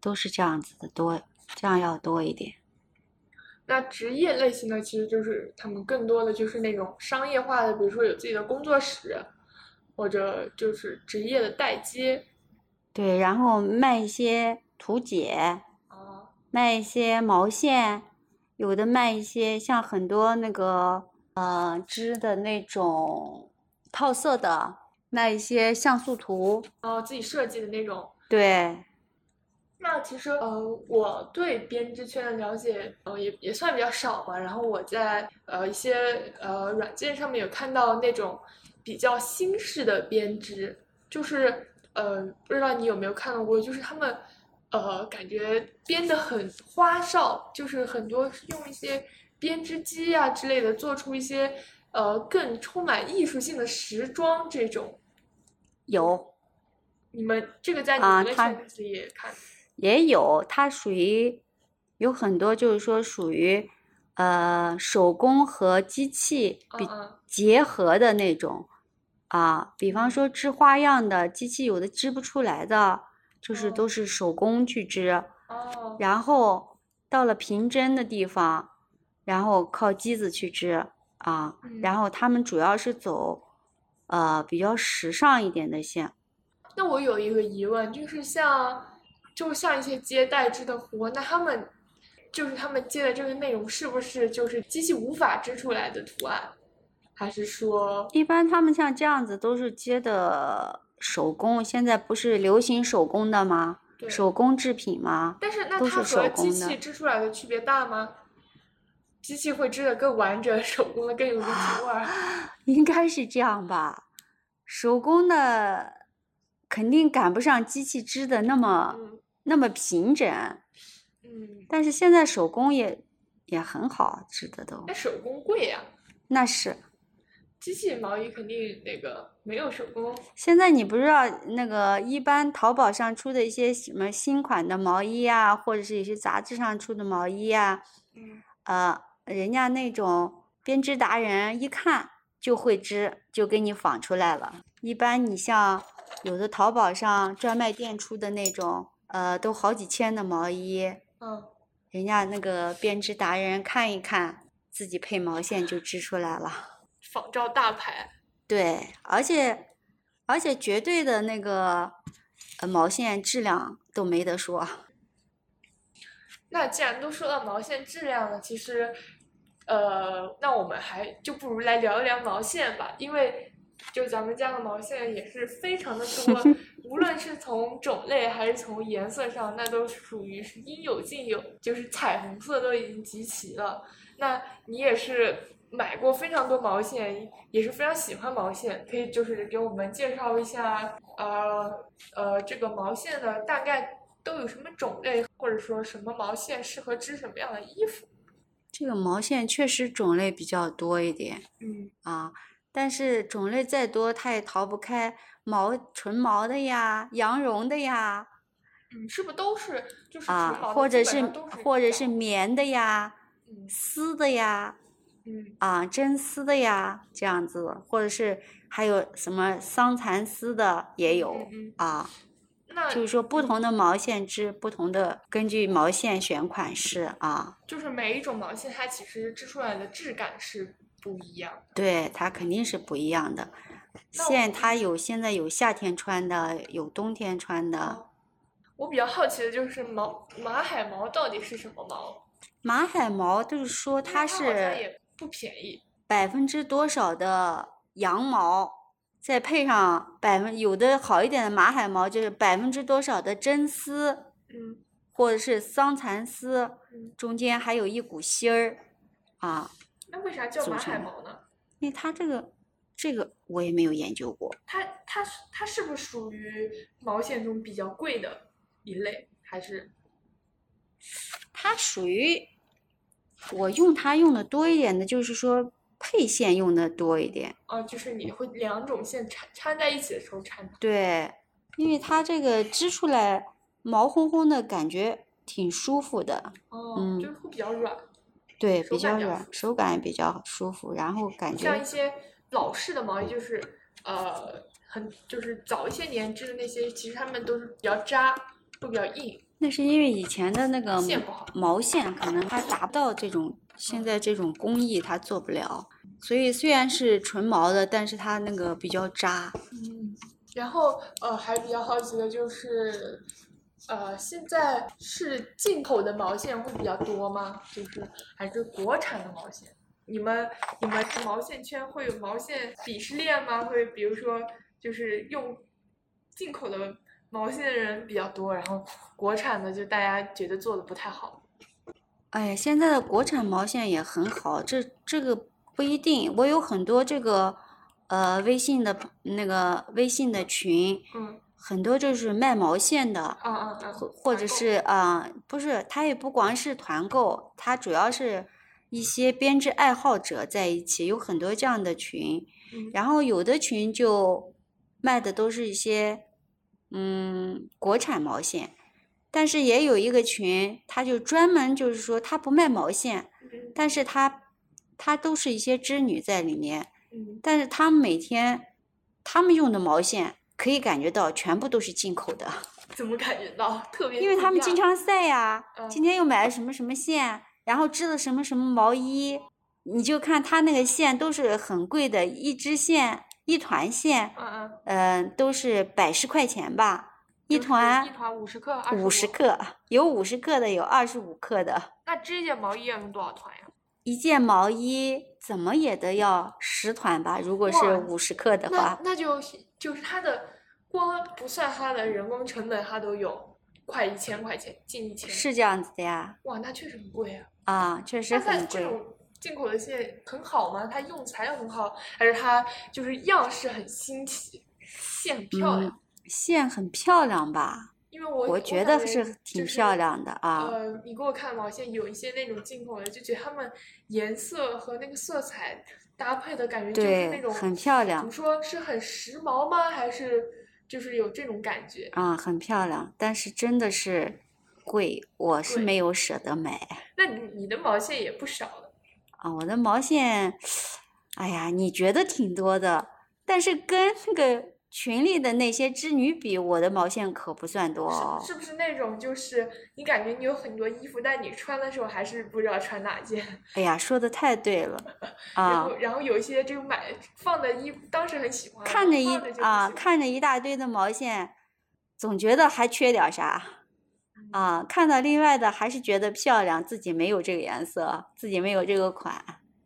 [SPEAKER 2] 都是这样子的多，这样要多一点。
[SPEAKER 1] 那职业类型的其实就是他们更多的就是那种商业化的，比如说有自己的工作室，或者就是职业的代接
[SPEAKER 2] 对，然后卖一些图解，
[SPEAKER 1] 啊，
[SPEAKER 2] 卖一些毛线，有的卖一些像很多那个呃织的那种套色的，卖一些像素图。
[SPEAKER 1] 然哦后自己设计的那种
[SPEAKER 2] 对，
[SPEAKER 1] 那其实呃，我对编织圈的了解，呃，也也算比较少吧。然后我在呃一些呃软件上面有看到那种比较新式的编织，就是呃，不知道你有没有看到过，就是他们呃感觉编得很花哨，就是很多是用一些编织机啊之类的做出一些呃更充满艺术性的时装这种。
[SPEAKER 2] 有
[SPEAKER 1] 你们这个在你
[SPEAKER 2] 啊
[SPEAKER 1] 们的
[SPEAKER 2] 它
[SPEAKER 1] 圈子也看
[SPEAKER 2] 也有，它属于有很多就是说属于呃手工和机器比
[SPEAKER 1] 嗯嗯
[SPEAKER 2] 结合的那种啊，比方说织花样的，机器有的织不出来的，就是
[SPEAKER 1] 哦
[SPEAKER 2] 都是手工去织，
[SPEAKER 1] 哦。
[SPEAKER 2] 然后到了平针的地方，然后靠机子去织啊，
[SPEAKER 1] 嗯
[SPEAKER 2] 然后他们主要是走呃比较时尚一点的线，
[SPEAKER 1] 那我有一个疑问，就是像，就像一些接待制的活，那他们就是他们接的这个内容，是不是就是机器无法织出来的图案，还是说，
[SPEAKER 2] 一般他们像这样子都是接的手工，现在不是流行手工的吗？
[SPEAKER 1] 对
[SPEAKER 2] 手工制品吗？
[SPEAKER 1] 但是那
[SPEAKER 2] 都
[SPEAKER 1] 它
[SPEAKER 2] 是
[SPEAKER 1] 和
[SPEAKER 2] 手工
[SPEAKER 1] 机
[SPEAKER 2] 的
[SPEAKER 1] 器织出来的区别大吗？机器会织的更完整，手工的更有力气味儿。
[SPEAKER 2] 啊应该是这样吧，手工的肯定赶不上机器织的那么、
[SPEAKER 1] 嗯
[SPEAKER 2] 那么平整，
[SPEAKER 1] 嗯，
[SPEAKER 2] 但是现在手工也也很好织的都
[SPEAKER 1] 那，手工贵呀、
[SPEAKER 2] 那是
[SPEAKER 1] 机器毛衣肯定那个没有手工
[SPEAKER 2] 现在你不知道那个一般淘宝上出的一些什么新款的毛衣啊，或者是有些杂志上出的毛衣啊，
[SPEAKER 1] 嗯
[SPEAKER 2] 呃，人家那种编织达人一看就会织，就给你仿出来了。一般你像有的淘宝上专卖店出的那种，呃，都好几千的毛衣，
[SPEAKER 1] 嗯，
[SPEAKER 2] 人家那个编织达人看一看，自己配毛线就织出来了。
[SPEAKER 1] 仿照大牌。
[SPEAKER 2] 对，而且而且绝对的那个呃毛线质量都没得说。啊
[SPEAKER 1] 那既然都说到毛线质量了，其实，呃，那我们还就不如来聊一聊毛线吧，因为就咱们家的毛线也是非常的多，无论是从种类还是从颜色上，那都属于是应有尽有，就是彩虹色都已经集齐了。那你也是买过非常多毛线，也是非常喜欢毛线，可以就是给我们介绍一下，呃呃，这个毛线的大概都有什么种类，或者说什么毛线适合织什么样的衣服？
[SPEAKER 2] 这个毛线确实种类比较多一点。
[SPEAKER 1] 嗯
[SPEAKER 2] 啊，但是种类再多，它也逃不开毛、纯毛的呀、羊绒的呀，
[SPEAKER 1] 嗯，是不是都是就是除
[SPEAKER 2] 啊，
[SPEAKER 1] 毛的
[SPEAKER 2] 或
[SPEAKER 1] 基本
[SPEAKER 2] 者是
[SPEAKER 1] 上都是
[SPEAKER 2] 或者
[SPEAKER 1] 一
[SPEAKER 2] 是
[SPEAKER 1] 样
[SPEAKER 2] 棉的呀、
[SPEAKER 1] 嗯
[SPEAKER 2] 丝的呀、
[SPEAKER 1] 嗯
[SPEAKER 2] 啊真丝的呀，这样子，或者是还有什么桑蚕丝的也有
[SPEAKER 1] 嗯嗯
[SPEAKER 2] 啊，
[SPEAKER 1] 那
[SPEAKER 2] 就是说不同的毛线织不同的，根据毛线选款式啊，
[SPEAKER 1] 就是每一种毛线它其实织出来的质感是不一样的。
[SPEAKER 2] 对，它肯定是不一样的。
[SPEAKER 1] 那我
[SPEAKER 2] 线
[SPEAKER 1] 们
[SPEAKER 2] 它有现在有夏天穿的，有冬天穿的。
[SPEAKER 1] 哦我比较好奇的就是毛马海毛到底是什么毛？
[SPEAKER 2] 马海毛就是说
[SPEAKER 1] 因为
[SPEAKER 2] 它
[SPEAKER 1] 好像
[SPEAKER 2] 是
[SPEAKER 1] 也不便宜。
[SPEAKER 2] 百分之多少的羊毛，再配上百分有的好一点的马海毛就是百分之多少的真丝
[SPEAKER 1] 嗯
[SPEAKER 2] 或者是桑蚕丝
[SPEAKER 1] 嗯，
[SPEAKER 2] 中间还有一股芯儿啊。
[SPEAKER 1] 那为啥叫
[SPEAKER 2] 组
[SPEAKER 1] 马海
[SPEAKER 2] 成
[SPEAKER 1] 毛呢？
[SPEAKER 2] 那它这个这个我也没有研究过，
[SPEAKER 1] 它它是它是不是属于毛线中比较贵的一类？还是
[SPEAKER 2] 它属于我用它用的多一点的，就是说配线用的多一点。
[SPEAKER 1] 哦，就是你会两种线缠缠在一起的时候缠的。
[SPEAKER 2] 对，因为它这个织出来毛烘烘的感觉挺舒服的，
[SPEAKER 1] 哦，
[SPEAKER 2] 嗯
[SPEAKER 1] 就是会比较软，
[SPEAKER 2] 对，
[SPEAKER 1] 手
[SPEAKER 2] 比
[SPEAKER 1] 感
[SPEAKER 2] 较
[SPEAKER 1] 比较
[SPEAKER 2] 软，手感也比较舒服，然后感
[SPEAKER 1] 像
[SPEAKER 2] 觉
[SPEAKER 1] 一些老式的毛衣就是呃很就是早一些年织的那些，其实他们都是比较扎，会比较硬，
[SPEAKER 2] 那是因为以前的那个
[SPEAKER 1] 线不好。
[SPEAKER 2] 毛线可能它达不到这种现在这种工艺，它做不了。所以虽然是纯毛的，但是它那个比较扎。
[SPEAKER 1] 嗯，然后呃，还比较好奇的就是，呃，现在是进口的毛线会比较多吗？就是还是国产的毛线？你们你们的毛线圈会有毛线鄙视链吗？会比如说就是用进口的毛线的人比较多，然后国产的就大家觉得做的不太好。
[SPEAKER 2] 哎呀，现在的国产毛线也很好，这这个不一定。我有很多这个呃微信的那个微信的群，
[SPEAKER 1] 嗯，
[SPEAKER 2] 很多就是卖毛线的，
[SPEAKER 1] 啊啊啊，
[SPEAKER 2] 或或者是啊、呃不是，它也不光是团购，它主要是一些编织爱好者在一起，有很多这样的群。
[SPEAKER 1] 嗯
[SPEAKER 2] 然后有的群就卖的都是一些嗯国产毛线，但是也有一个群，他就专门就是说他不卖毛线，
[SPEAKER 1] 嗯
[SPEAKER 2] 但是他他都是一些织女在里面，
[SPEAKER 1] 嗯，
[SPEAKER 2] 但是他们每天他们用的毛线可以感觉到全部都是进口的。
[SPEAKER 1] 怎么感觉到特别不一
[SPEAKER 2] 因
[SPEAKER 1] 样？
[SPEAKER 2] 为他们经常晒呀、
[SPEAKER 1] 嗯
[SPEAKER 2] 今天又买了什么什么线，然后织了什么什么毛衣，你就看他那个线都是很贵的，一支线一团线，
[SPEAKER 1] 嗯嗯，
[SPEAKER 2] 嗯、都是百十块钱吧，一
[SPEAKER 1] 就是一
[SPEAKER 2] 团
[SPEAKER 1] 团五十克，
[SPEAKER 2] 五十克，有五十克的，有二十五克的，
[SPEAKER 1] 那织一件毛衣要用多少团呀？
[SPEAKER 2] 一件毛衣怎么也得要十团吧，如果
[SPEAKER 1] 哇
[SPEAKER 2] 是五十克的
[SPEAKER 1] 那
[SPEAKER 2] 话，
[SPEAKER 1] 那就是就是它的光不算它的人工成本，它都有快一千块钱，近一千。
[SPEAKER 2] 是这样子的呀，
[SPEAKER 1] 哇，那确实很贵啊。
[SPEAKER 2] 啊，确实
[SPEAKER 1] 那它
[SPEAKER 2] 很
[SPEAKER 1] 这
[SPEAKER 2] 贵。
[SPEAKER 1] 种进口的线很好吗？它用材料很好，还是它就是样式很新奇，线很漂亮？
[SPEAKER 2] 嗯，线很漂亮吧？
[SPEAKER 1] 因为我
[SPEAKER 2] 我觉
[SPEAKER 1] 感
[SPEAKER 2] 得
[SPEAKER 1] 觉
[SPEAKER 2] 是挺
[SPEAKER 1] 就是
[SPEAKER 2] 漂亮的啊。
[SPEAKER 1] 呃，你给我看毛线，有一些那种进口的，就觉得它们颜色和那个色彩搭配的感觉，就是那
[SPEAKER 2] 对，
[SPEAKER 1] 种
[SPEAKER 2] 很漂
[SPEAKER 1] 怎么
[SPEAKER 2] 亮
[SPEAKER 1] 说是很时髦吗？还是就是有这种感觉？
[SPEAKER 2] 啊，很漂亮，但是真的是贵，我是
[SPEAKER 1] 贵
[SPEAKER 2] 没有舍得买
[SPEAKER 1] 那你你的毛线也不少了，
[SPEAKER 2] 啊。我的毛线，哎呀，你觉得挺多的，但是跟那个群里的那些织女比，我的毛线可不算多哦
[SPEAKER 1] 是。是不是那种就是你感觉你有很多衣服，但你穿的时候还是不知道穿哪件，
[SPEAKER 2] 哎呀，说的太对
[SPEAKER 1] [LAUGHS]
[SPEAKER 2] 了
[SPEAKER 1] 然
[SPEAKER 2] 啊
[SPEAKER 1] 后！然后有一些这个买放的衣服当时很喜欢，
[SPEAKER 2] 看着一
[SPEAKER 1] 放就不
[SPEAKER 2] 啊，
[SPEAKER 1] 喜欢
[SPEAKER 2] 看着一大堆的毛线，总觉得还缺点啥
[SPEAKER 1] 嗯
[SPEAKER 2] 啊。看到另外的，还是觉得漂亮，自己没有这个颜色，自己没有这个款。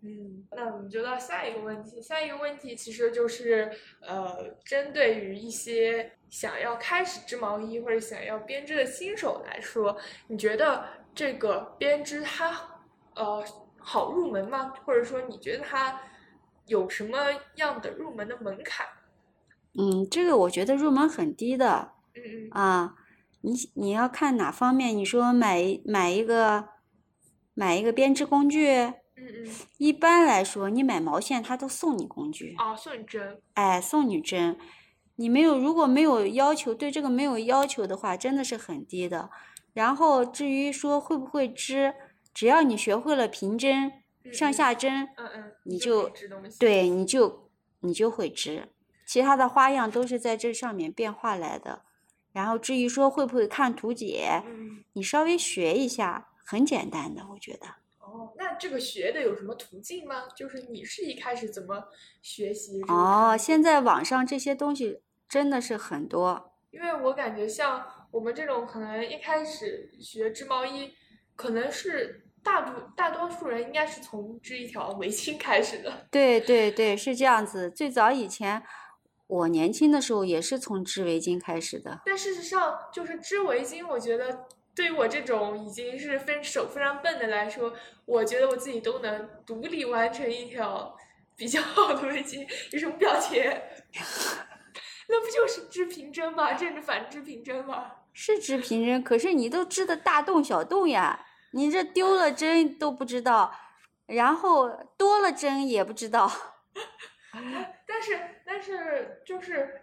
[SPEAKER 1] 嗯，那我们就到下一个问题。下一个问题其实就是，呃，针对于一些想要开始织毛衣或者想要编织的新手来说，你觉得这个编织它，呃，好入门吗？或者说你觉得它有什么样的入门的门槛？
[SPEAKER 2] 嗯，这个我觉得入门很低的
[SPEAKER 1] 嗯嗯
[SPEAKER 2] 啊，你你要看哪方面？你说买一买一个买一个编织工具，
[SPEAKER 1] 嗯嗯，
[SPEAKER 2] 一般来说，你买毛线它都送你工具，
[SPEAKER 1] 啊，算针，
[SPEAKER 2] 哎，送你针。你没有如果没有要求，对这个没有要求的话，真的是很低的。然后至于说会不会织，只要你学会了平针、
[SPEAKER 1] 嗯
[SPEAKER 2] 上
[SPEAKER 1] 嗯
[SPEAKER 2] 下针，
[SPEAKER 1] 嗯嗯，
[SPEAKER 2] 你
[SPEAKER 1] 就可以
[SPEAKER 2] 就
[SPEAKER 1] 织东西。
[SPEAKER 2] 对，你就你就会织，其他的花样都是在这上面变化来的。然后至于说会不会看图解，
[SPEAKER 1] 嗯，
[SPEAKER 2] 你稍微学一下，很简单的，我觉得。
[SPEAKER 1] 哦，那这个学的有什么途径吗？就是你是一开始怎么学习这个
[SPEAKER 2] 哦，
[SPEAKER 1] 看
[SPEAKER 2] 现在网上这些东西真的是很多，
[SPEAKER 1] 因为我感觉像我们这种可能一开始学织毛衣，可能是大部大多数人应该是从织一条围巾开始的。
[SPEAKER 2] 对对对，是这样子。最早以前我年轻的时候也是从织围巾开始的。
[SPEAKER 1] 但事实上，就是织围巾，我觉得对于我这种已经是非手非常笨的来说，我觉得我自己都能独立完成一条比较好的围巾。有什么表情？ [LAUGHS] 那不就是织平针吗？这是反织平针吗？
[SPEAKER 2] 是织平针，可是你都织的大洞小洞呀，你这丢了针都不知道，然后多了针也不知道。
[SPEAKER 1] 但是但是就是，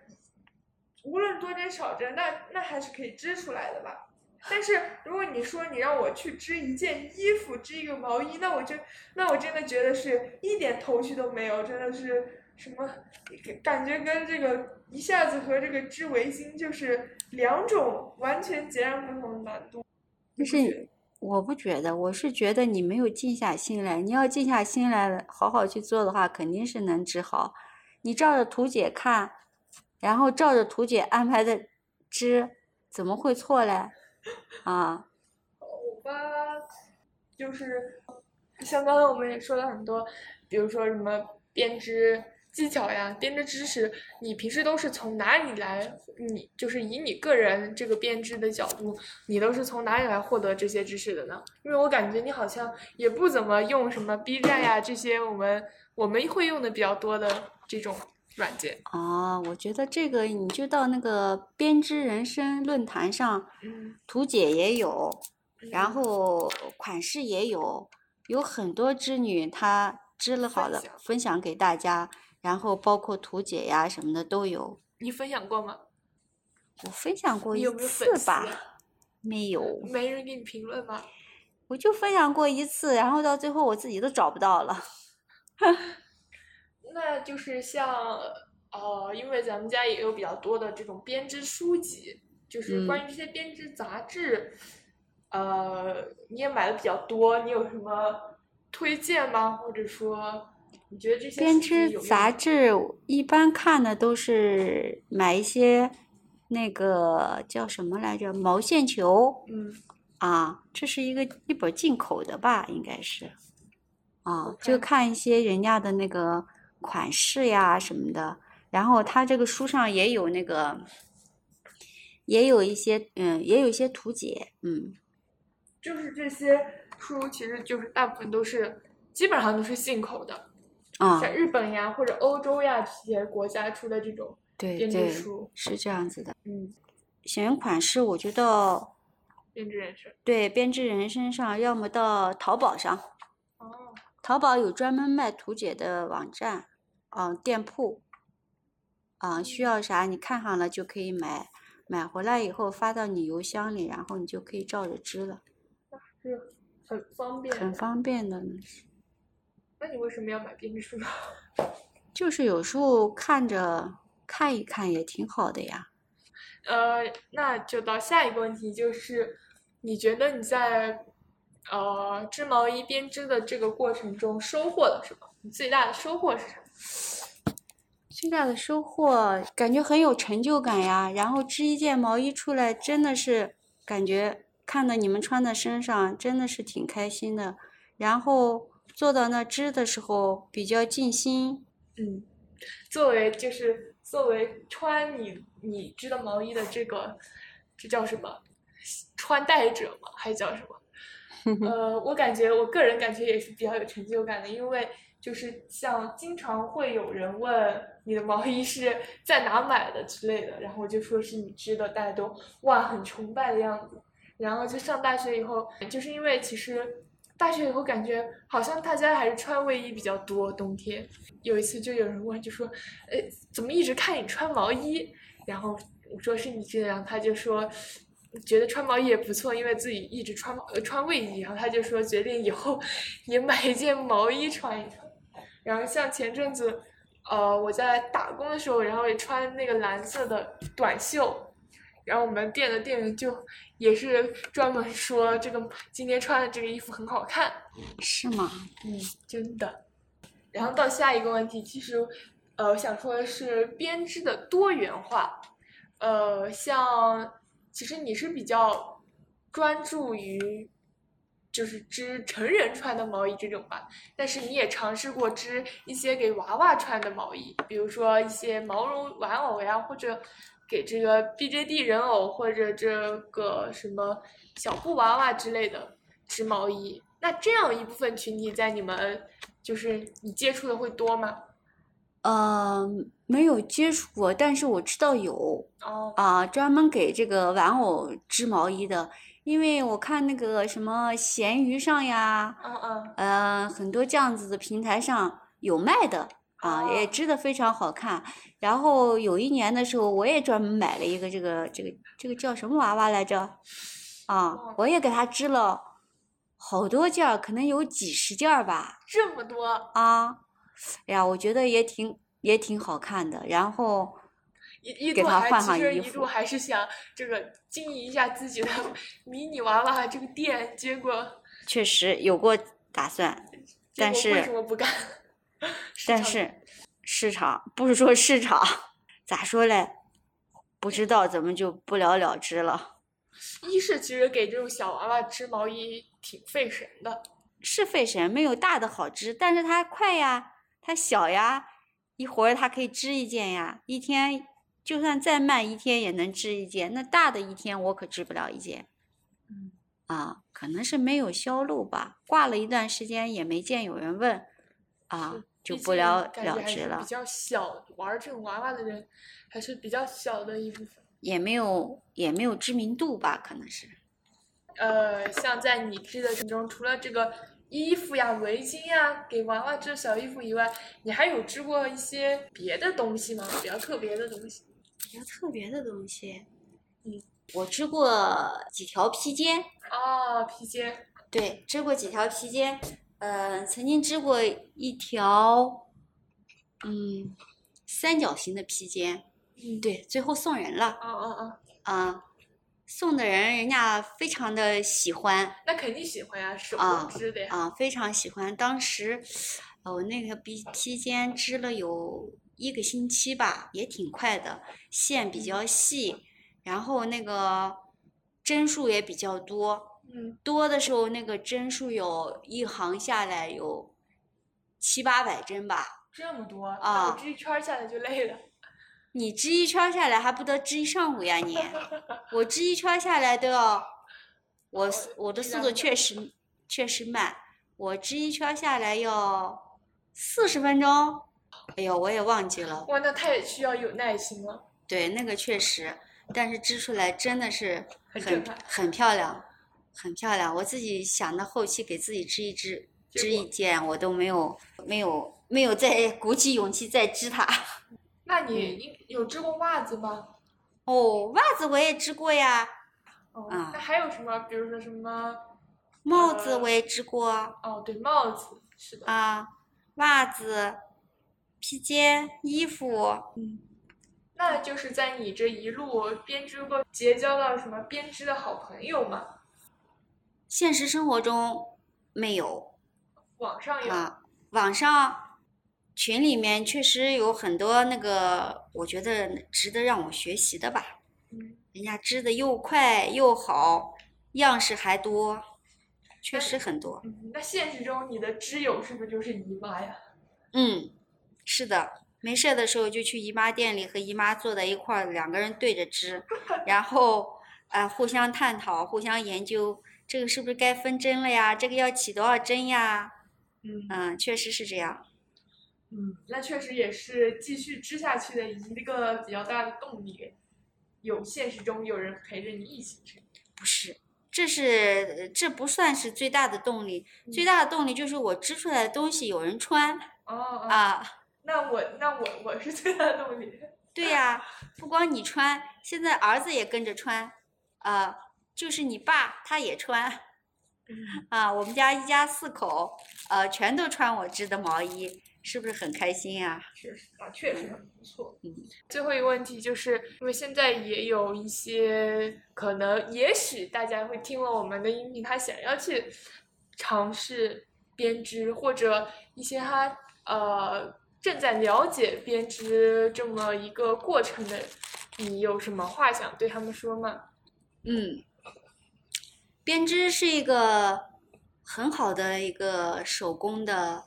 [SPEAKER 1] 无论多针少针，那那还是可以织出来的吧。但是如果你说你让我去织一件衣服，织一个毛衣，那我真那我真的觉得是一点头绪都没有，真的是什么感觉跟这个一下子和这个织围巾就是两种完全截然不同的难度。
[SPEAKER 2] 但是我不觉得，我是觉得你没有静下心来。你要静下心来，好好去做的话，肯定是能织好。你照着图解看，然后照着图解安排的织，怎么会错嘞？啊，
[SPEAKER 1] 我吧，就是像刚才我们也说了很多，比如说什么编织技巧呀、编织知识，你平时都是从哪里来？你就是以你个人这个编织的角度，你都是从哪里来获得这些知识的呢？因为我感觉你好像也不怎么用什么 B 站呀这些我们我们会用的比较多的这种软件。
[SPEAKER 2] 啊，我觉得这个你就到那个编织人生论坛上，
[SPEAKER 1] 嗯，
[SPEAKER 2] 图解也有，然后款式也有，有很多织女她织了好
[SPEAKER 1] 分
[SPEAKER 2] 了
[SPEAKER 1] 享
[SPEAKER 2] 分享给大家，然后包括图解呀什么的都有。
[SPEAKER 1] 你分享过吗？
[SPEAKER 2] 我分享过
[SPEAKER 1] 你
[SPEAKER 2] 一
[SPEAKER 1] 有没有
[SPEAKER 2] 次
[SPEAKER 1] 粉丝
[SPEAKER 2] 吧，
[SPEAKER 1] 啊
[SPEAKER 2] 没有，
[SPEAKER 1] 没人给你评论吗？
[SPEAKER 2] 我就分享过一次，然后到最后我自己都找不到了。
[SPEAKER 1] 那就是像呃，因为咱们家也有比较多的这种编织书籍，就是
[SPEAKER 2] 嗯
[SPEAKER 1] 关于这些编织杂志，呃，你也买的比较多，你有什么推荐吗？或者说，你觉得这些
[SPEAKER 2] 编
[SPEAKER 1] 书籍有
[SPEAKER 2] 织
[SPEAKER 1] 用
[SPEAKER 2] 杂
[SPEAKER 1] 吗
[SPEAKER 2] 志一般看的都是买一些那个叫什么来着毛线球
[SPEAKER 1] 嗯，
[SPEAKER 2] 啊，这是一个一本进口的吧，应该是啊，
[SPEAKER 1] OK
[SPEAKER 2] 就看一些人家的那个款式呀什么的，然后它这个书上也有那个，也有一些嗯，也有一些图解，嗯，
[SPEAKER 1] 就是这些书其实就是大部分都是基本上都是进口的，
[SPEAKER 2] 啊，
[SPEAKER 1] 像日本呀或者欧洲呀这些国家出的这种
[SPEAKER 2] 对
[SPEAKER 1] 编织
[SPEAKER 2] 对，
[SPEAKER 1] 书，
[SPEAKER 2] 是这样子的。
[SPEAKER 1] 嗯，
[SPEAKER 2] 选款式我觉得。
[SPEAKER 1] 编织人生
[SPEAKER 2] 对，编织人身上，要么到淘宝上，
[SPEAKER 1] 哦，
[SPEAKER 2] 淘宝有专门卖图解的网站，嗯、店铺，啊、
[SPEAKER 1] 嗯
[SPEAKER 2] 需要啥你看上了就可以买，买回来以后发到你邮箱里，然后你就可以照着织了，
[SPEAKER 1] 是很方便的。
[SPEAKER 2] 很方便的呢。
[SPEAKER 1] 那你为什么要买编织书呢？
[SPEAKER 2] 就是有时候看着看一看也挺好的呀。
[SPEAKER 1] 呃，那就到下一个问题，就是你觉得你在呃织毛衣编织的这个过程中收获了什么？你最大的收获是什么？
[SPEAKER 2] 最大的收获感觉很有成就感呀，然后织一件毛衣出来，真的是感觉看到你们穿在身上，真的是挺开心的。然后坐到那织的时候比较尽心，
[SPEAKER 1] 嗯，作为就是作为穿你你织的毛衣的这个，这叫什么？穿戴者嘛，还叫什么？呃，我感觉我个人感觉也是比较有成就感的，因为就是像经常会有人问你的毛衣是在哪买的之类的，然后我就说是你织的，大家都哇很崇拜的样子。然后就上大学以后，就是因为其实大学以后感觉好像大家还是穿卫衣比较多，冬天。有一次就有人问，就说，呃，怎么一直看你穿毛衣？然后我说是你这样，他就说。觉得穿毛衣也不错，因为自己一直穿毛呃穿卫衣，然后他就说决定以后 [LAUGHS] 也买一件毛衣穿一穿。然后像前阵子，呃，我在打工的时候，然后也穿那个蓝色的短袖，然后我们店的店员就也是专门说这个今天穿的这个衣服很好看，
[SPEAKER 2] 是吗？
[SPEAKER 1] 嗯，真的。然后到下一个问题，其实，呃，我想说的是编织的多元化。呃，像其实你是比较专注于就是织成人穿的毛衣这种吧，但是你也尝试过织一些给娃娃穿的毛衣，比如说一些毛绒玩偶呀，或者给这个 BJD 人偶或者这个什么小布娃娃之类的织毛衣。那这样一部分群体在你们就是你接触的会多吗？
[SPEAKER 2] 呃，没有接触过，但是我知道有
[SPEAKER 1] 哦，
[SPEAKER 2] 啊，专门给这个玩偶织毛衣的，因为我看那个什么闲鱼上呀，
[SPEAKER 1] 嗯嗯，
[SPEAKER 2] 呃，很多这样子的平台上有卖的啊，也
[SPEAKER 1] 哦
[SPEAKER 2] 织的非常好看。然后有一年的时候，我也专门买了一个这个这个这个叫什么娃娃来着？啊
[SPEAKER 1] 哦，
[SPEAKER 2] 我也给它织了好多件儿，可能有几十件儿吧。
[SPEAKER 1] 这么多，
[SPEAKER 2] 啊，哎呀，我觉得也挺也挺好看的。然后
[SPEAKER 1] 一一
[SPEAKER 2] 给
[SPEAKER 1] 度
[SPEAKER 2] 他
[SPEAKER 1] 还
[SPEAKER 2] 换
[SPEAKER 1] 其
[SPEAKER 2] 上
[SPEAKER 1] 实
[SPEAKER 2] 衣
[SPEAKER 1] 一
[SPEAKER 2] 服
[SPEAKER 1] 度还是想这个经营一下自己的迷你娃娃这个店，结果
[SPEAKER 2] 确实有过打算，
[SPEAKER 1] 结
[SPEAKER 2] 但
[SPEAKER 1] 果为什
[SPEAKER 2] 是
[SPEAKER 1] 么不干？ [LAUGHS] 市
[SPEAKER 2] 但
[SPEAKER 1] 场
[SPEAKER 2] 是市场不是说市场， [LAUGHS] 咋说嘞？不知道，咱们就不了了之了。
[SPEAKER 1] 一是其实给这种小娃娃织毛衣挺费神的，
[SPEAKER 2] 是费神，没有大的好织，但是它快呀，它小呀，一会儿它可以织一件呀，一天就算再慢，一天也能织一件。那大的一天我可织不了一件，
[SPEAKER 1] 嗯，
[SPEAKER 2] 啊，可能是没有销路吧，挂了一段时间也没见有人问，啊
[SPEAKER 1] 是，
[SPEAKER 2] 就
[SPEAKER 1] 毕
[SPEAKER 2] 不
[SPEAKER 1] 竟
[SPEAKER 2] 了
[SPEAKER 1] 感觉
[SPEAKER 2] 了
[SPEAKER 1] 还
[SPEAKER 2] 之
[SPEAKER 1] 是
[SPEAKER 2] 了
[SPEAKER 1] 比，较小，玩儿这种娃娃的人还是比较小的一部分。
[SPEAKER 2] 也没有也没有知名度吧，可能是。
[SPEAKER 1] 呃，像在你织的中，除了这个衣服呀、围巾呀，给娃娃织小衣服以外，你还有织过一些别的东西吗？比较特别的东西？
[SPEAKER 2] 比较特别的东西，
[SPEAKER 1] 嗯，
[SPEAKER 2] 我织过几条披肩。
[SPEAKER 1] 哦，披肩，
[SPEAKER 2] 对，织过几条披肩，呃，曾经织过一条，嗯，三角形的披肩，
[SPEAKER 1] 嗯，
[SPEAKER 2] 对，最后送人了
[SPEAKER 1] 哦哦哦，
[SPEAKER 2] 啊、送的人人家非常的喜欢
[SPEAKER 1] 那肯定喜欢呀，手
[SPEAKER 2] 啊
[SPEAKER 1] 工织的呀。
[SPEAKER 2] 啊、非常喜欢。当时，呃，我那个披披肩织了有一个星期吧，也挺快的，线比较细，然后那个针数也比较多，
[SPEAKER 1] 嗯，
[SPEAKER 2] 多的时候，那个针数有一行下来有七八百针吧。
[SPEAKER 1] 这么多，那
[SPEAKER 2] 啊
[SPEAKER 1] 我织一圈儿下来就累了。
[SPEAKER 2] 你织一圈儿下来还不得织一上午呀 [LAUGHS] 你？我织一圈儿下来都要，我
[SPEAKER 1] 哦
[SPEAKER 2] 速我的
[SPEAKER 1] 一
[SPEAKER 2] 速
[SPEAKER 1] 两
[SPEAKER 2] 度
[SPEAKER 1] 个
[SPEAKER 2] 确实确实慢，我织一圈儿下来要四十分钟。哎呦，我也忘记了。
[SPEAKER 1] 哇，那太需要有耐心了。
[SPEAKER 2] 对，那个确实，但是织出来真的是
[SPEAKER 1] 很
[SPEAKER 2] 很
[SPEAKER 1] 震撼
[SPEAKER 2] 很漂亮，很漂亮。我自己想到后期给自己织一织
[SPEAKER 1] 结
[SPEAKER 2] 织
[SPEAKER 1] 果
[SPEAKER 2] 一件，我都没有没有没有再鼓起勇气再织它。 [LAUGHS]
[SPEAKER 1] 那你应有织过袜子吗？
[SPEAKER 2] 哦，袜子我也织过呀，
[SPEAKER 1] 哦
[SPEAKER 2] 啊
[SPEAKER 1] 那还有什么？比如说什么？
[SPEAKER 2] 帽子
[SPEAKER 1] 呃
[SPEAKER 2] 我也织过啊
[SPEAKER 1] 哦，对，帽子，是的。
[SPEAKER 2] 啊，袜子、披肩、衣服，
[SPEAKER 1] 那就是在你这一路编织过，结交到什么编织的好朋友吗？
[SPEAKER 2] 现实生活中没有。
[SPEAKER 1] 网上有，
[SPEAKER 2] 啊，网上群里面确实有很多那个，我觉得值得让我学习的吧。
[SPEAKER 1] 嗯，
[SPEAKER 2] 人家织的又快又好，样式还多，确实很多。
[SPEAKER 1] 嗯那现实中你的织友是不是就是姨妈呀？
[SPEAKER 2] 嗯，是的，没事儿的时候就去姨妈店里和姨妈坐在一块儿，两个人对着织，然后啊、呃互相探讨，互相研究，这个是不是该分针了呀？这个要起多少针呀？
[SPEAKER 1] 嗯
[SPEAKER 2] 嗯，确实是这样。
[SPEAKER 1] 嗯，那确实也是继续织下去的一个比较大的动力，有现实中有人陪着你一起织。
[SPEAKER 2] 不是，这是呃这不算是最大的动力，最大的动力就是我织出来的东西有人穿
[SPEAKER 1] 哦哦，
[SPEAKER 2] 啊，
[SPEAKER 1] 那我那我我是最大的动力。
[SPEAKER 2] 对呀、不光你穿，现在儿子也跟着穿啊，就是你爸他也穿
[SPEAKER 1] 嗯
[SPEAKER 2] 啊，我们家一家四口呃全都穿我织的毛衣，是不是很开心啊？
[SPEAKER 1] 确实啊，确实很不错。
[SPEAKER 2] 嗯，
[SPEAKER 1] 最后一个问题就是，因为现在也有一些可能，也许大家会听了我们的音频，他想要去尝试编织，或者一些他呃正在了解编织这么一个过程的，你有什么话想对他们说吗？
[SPEAKER 2] 嗯，编织是一个很好的一个手工的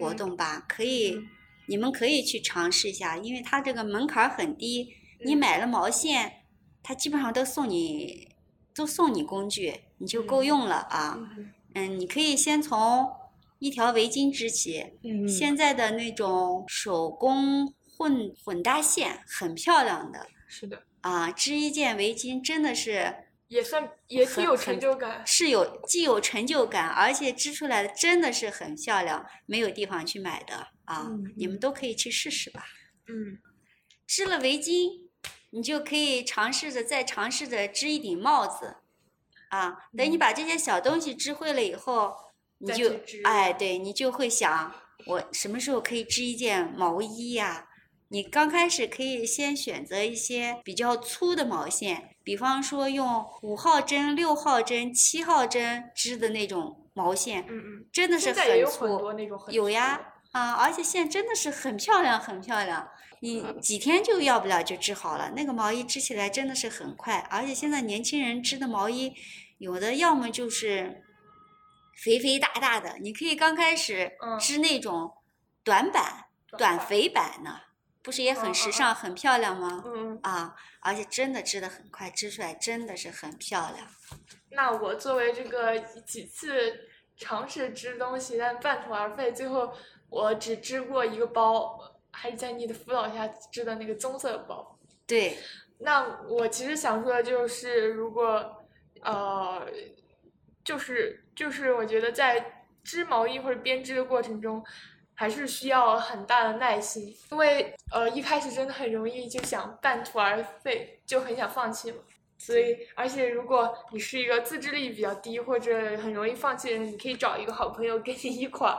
[SPEAKER 2] 活
[SPEAKER 1] 嗯
[SPEAKER 2] 动吧，可以，
[SPEAKER 1] 嗯
[SPEAKER 2] 你们可以去尝试一下，因为它这个门槛儿很低，你
[SPEAKER 1] 嗯
[SPEAKER 2] 买了毛线，它基本上都送你，都送你工具，你就够
[SPEAKER 1] 嗯
[SPEAKER 2] 用了啊。
[SPEAKER 1] 嗯
[SPEAKER 2] 嗯，你可以先从一条围巾织起，
[SPEAKER 1] 嗯
[SPEAKER 2] 现在的那种手工混混搭线很漂亮的
[SPEAKER 1] 是的，
[SPEAKER 2] 啊，织一件围巾真的是。
[SPEAKER 1] 也算也挺
[SPEAKER 2] 很
[SPEAKER 1] 有
[SPEAKER 2] 很
[SPEAKER 1] 成就感。
[SPEAKER 2] 是有既有成就感，而且织出来的真的是很漂亮，没有地方去买的啊，
[SPEAKER 1] 嗯
[SPEAKER 2] 你们
[SPEAKER 1] 嗯
[SPEAKER 2] 都可以去试试吧。
[SPEAKER 1] 嗯
[SPEAKER 2] 织了围巾，你就可以尝试着再尝试着织一顶帽子，啊，等你
[SPEAKER 1] 嗯
[SPEAKER 2] 把这些小东西织会了以后，你
[SPEAKER 1] 再
[SPEAKER 2] 就
[SPEAKER 1] 去织
[SPEAKER 2] 哎，对你就会想，我什么时候可以织一件毛衣呀、你刚开始可以先选择一些比较粗的毛线，比方说用五号针、六号针、七号针织的那种毛线，
[SPEAKER 1] 嗯嗯，
[SPEAKER 2] 真的是
[SPEAKER 1] 现在也有
[SPEAKER 2] 粗。
[SPEAKER 1] 很多那种很
[SPEAKER 2] 有
[SPEAKER 1] 粗
[SPEAKER 2] 呀
[SPEAKER 1] 的，
[SPEAKER 2] 啊，而且线真的是很漂亮，很漂亮。你
[SPEAKER 1] 嗯
[SPEAKER 2] 几天就要不了就织好了，那个毛衣织起来真的是很快，而且现在年轻人织的毛衣，有的要么就是肥肥大大的，你可以刚开始
[SPEAKER 1] 嗯
[SPEAKER 2] 织那种短版、短
[SPEAKER 1] 发，
[SPEAKER 2] 肥版呢，不是也很
[SPEAKER 1] 嗯嗯
[SPEAKER 2] 时
[SPEAKER 1] 嗯
[SPEAKER 2] 尚、很漂亮吗？
[SPEAKER 1] 嗯。
[SPEAKER 2] 啊，而且真的织的很快，织出来真的是很漂亮。
[SPEAKER 1] 那我作为这个几次尝试织东西，但半途而废，最后我只织过一个包，还是在你的辅导下织的那个棕色包。
[SPEAKER 2] 对，
[SPEAKER 1] 那我其实想说的就是，如果呃，就是就是，我觉得在织毛衣或者编织的过程中。还是需要很大的耐心，因为呃一开始真的很容易就想半途而废，就很想放弃嘛。所以，而且如果你是一个自制力比较低或者很容易放弃的人，你可以找一个好朋友跟你一块儿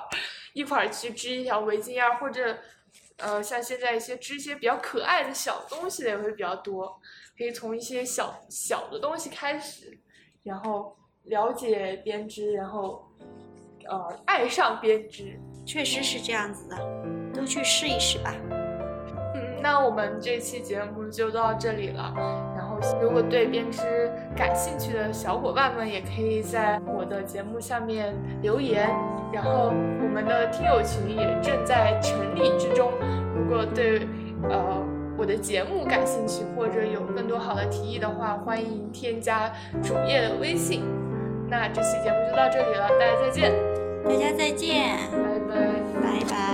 [SPEAKER 1] 一块儿去织一条围巾呀、或者呃，像现在一些织一些比较可爱的小东西的也会比较多，可以从一些小小的东西开始，然后了解编织，然后呃爱上编织。
[SPEAKER 2] 确实是这样子的，都去试一试吧。
[SPEAKER 1] 嗯，那我们这期节目就到这里了。然后，如果对编织感兴趣的小伙伴们，也可以在我的节目下面留言。然后，我们的听友群也正在成立之中。如果对呃我的节目感兴趣，或者有更多好的提议的话，欢迎添加主页的微信。那这期节目就到这里了，大家再见，
[SPEAKER 2] 大家再见。
[SPEAKER 1] 拜拜。
[SPEAKER 2] 拜拜。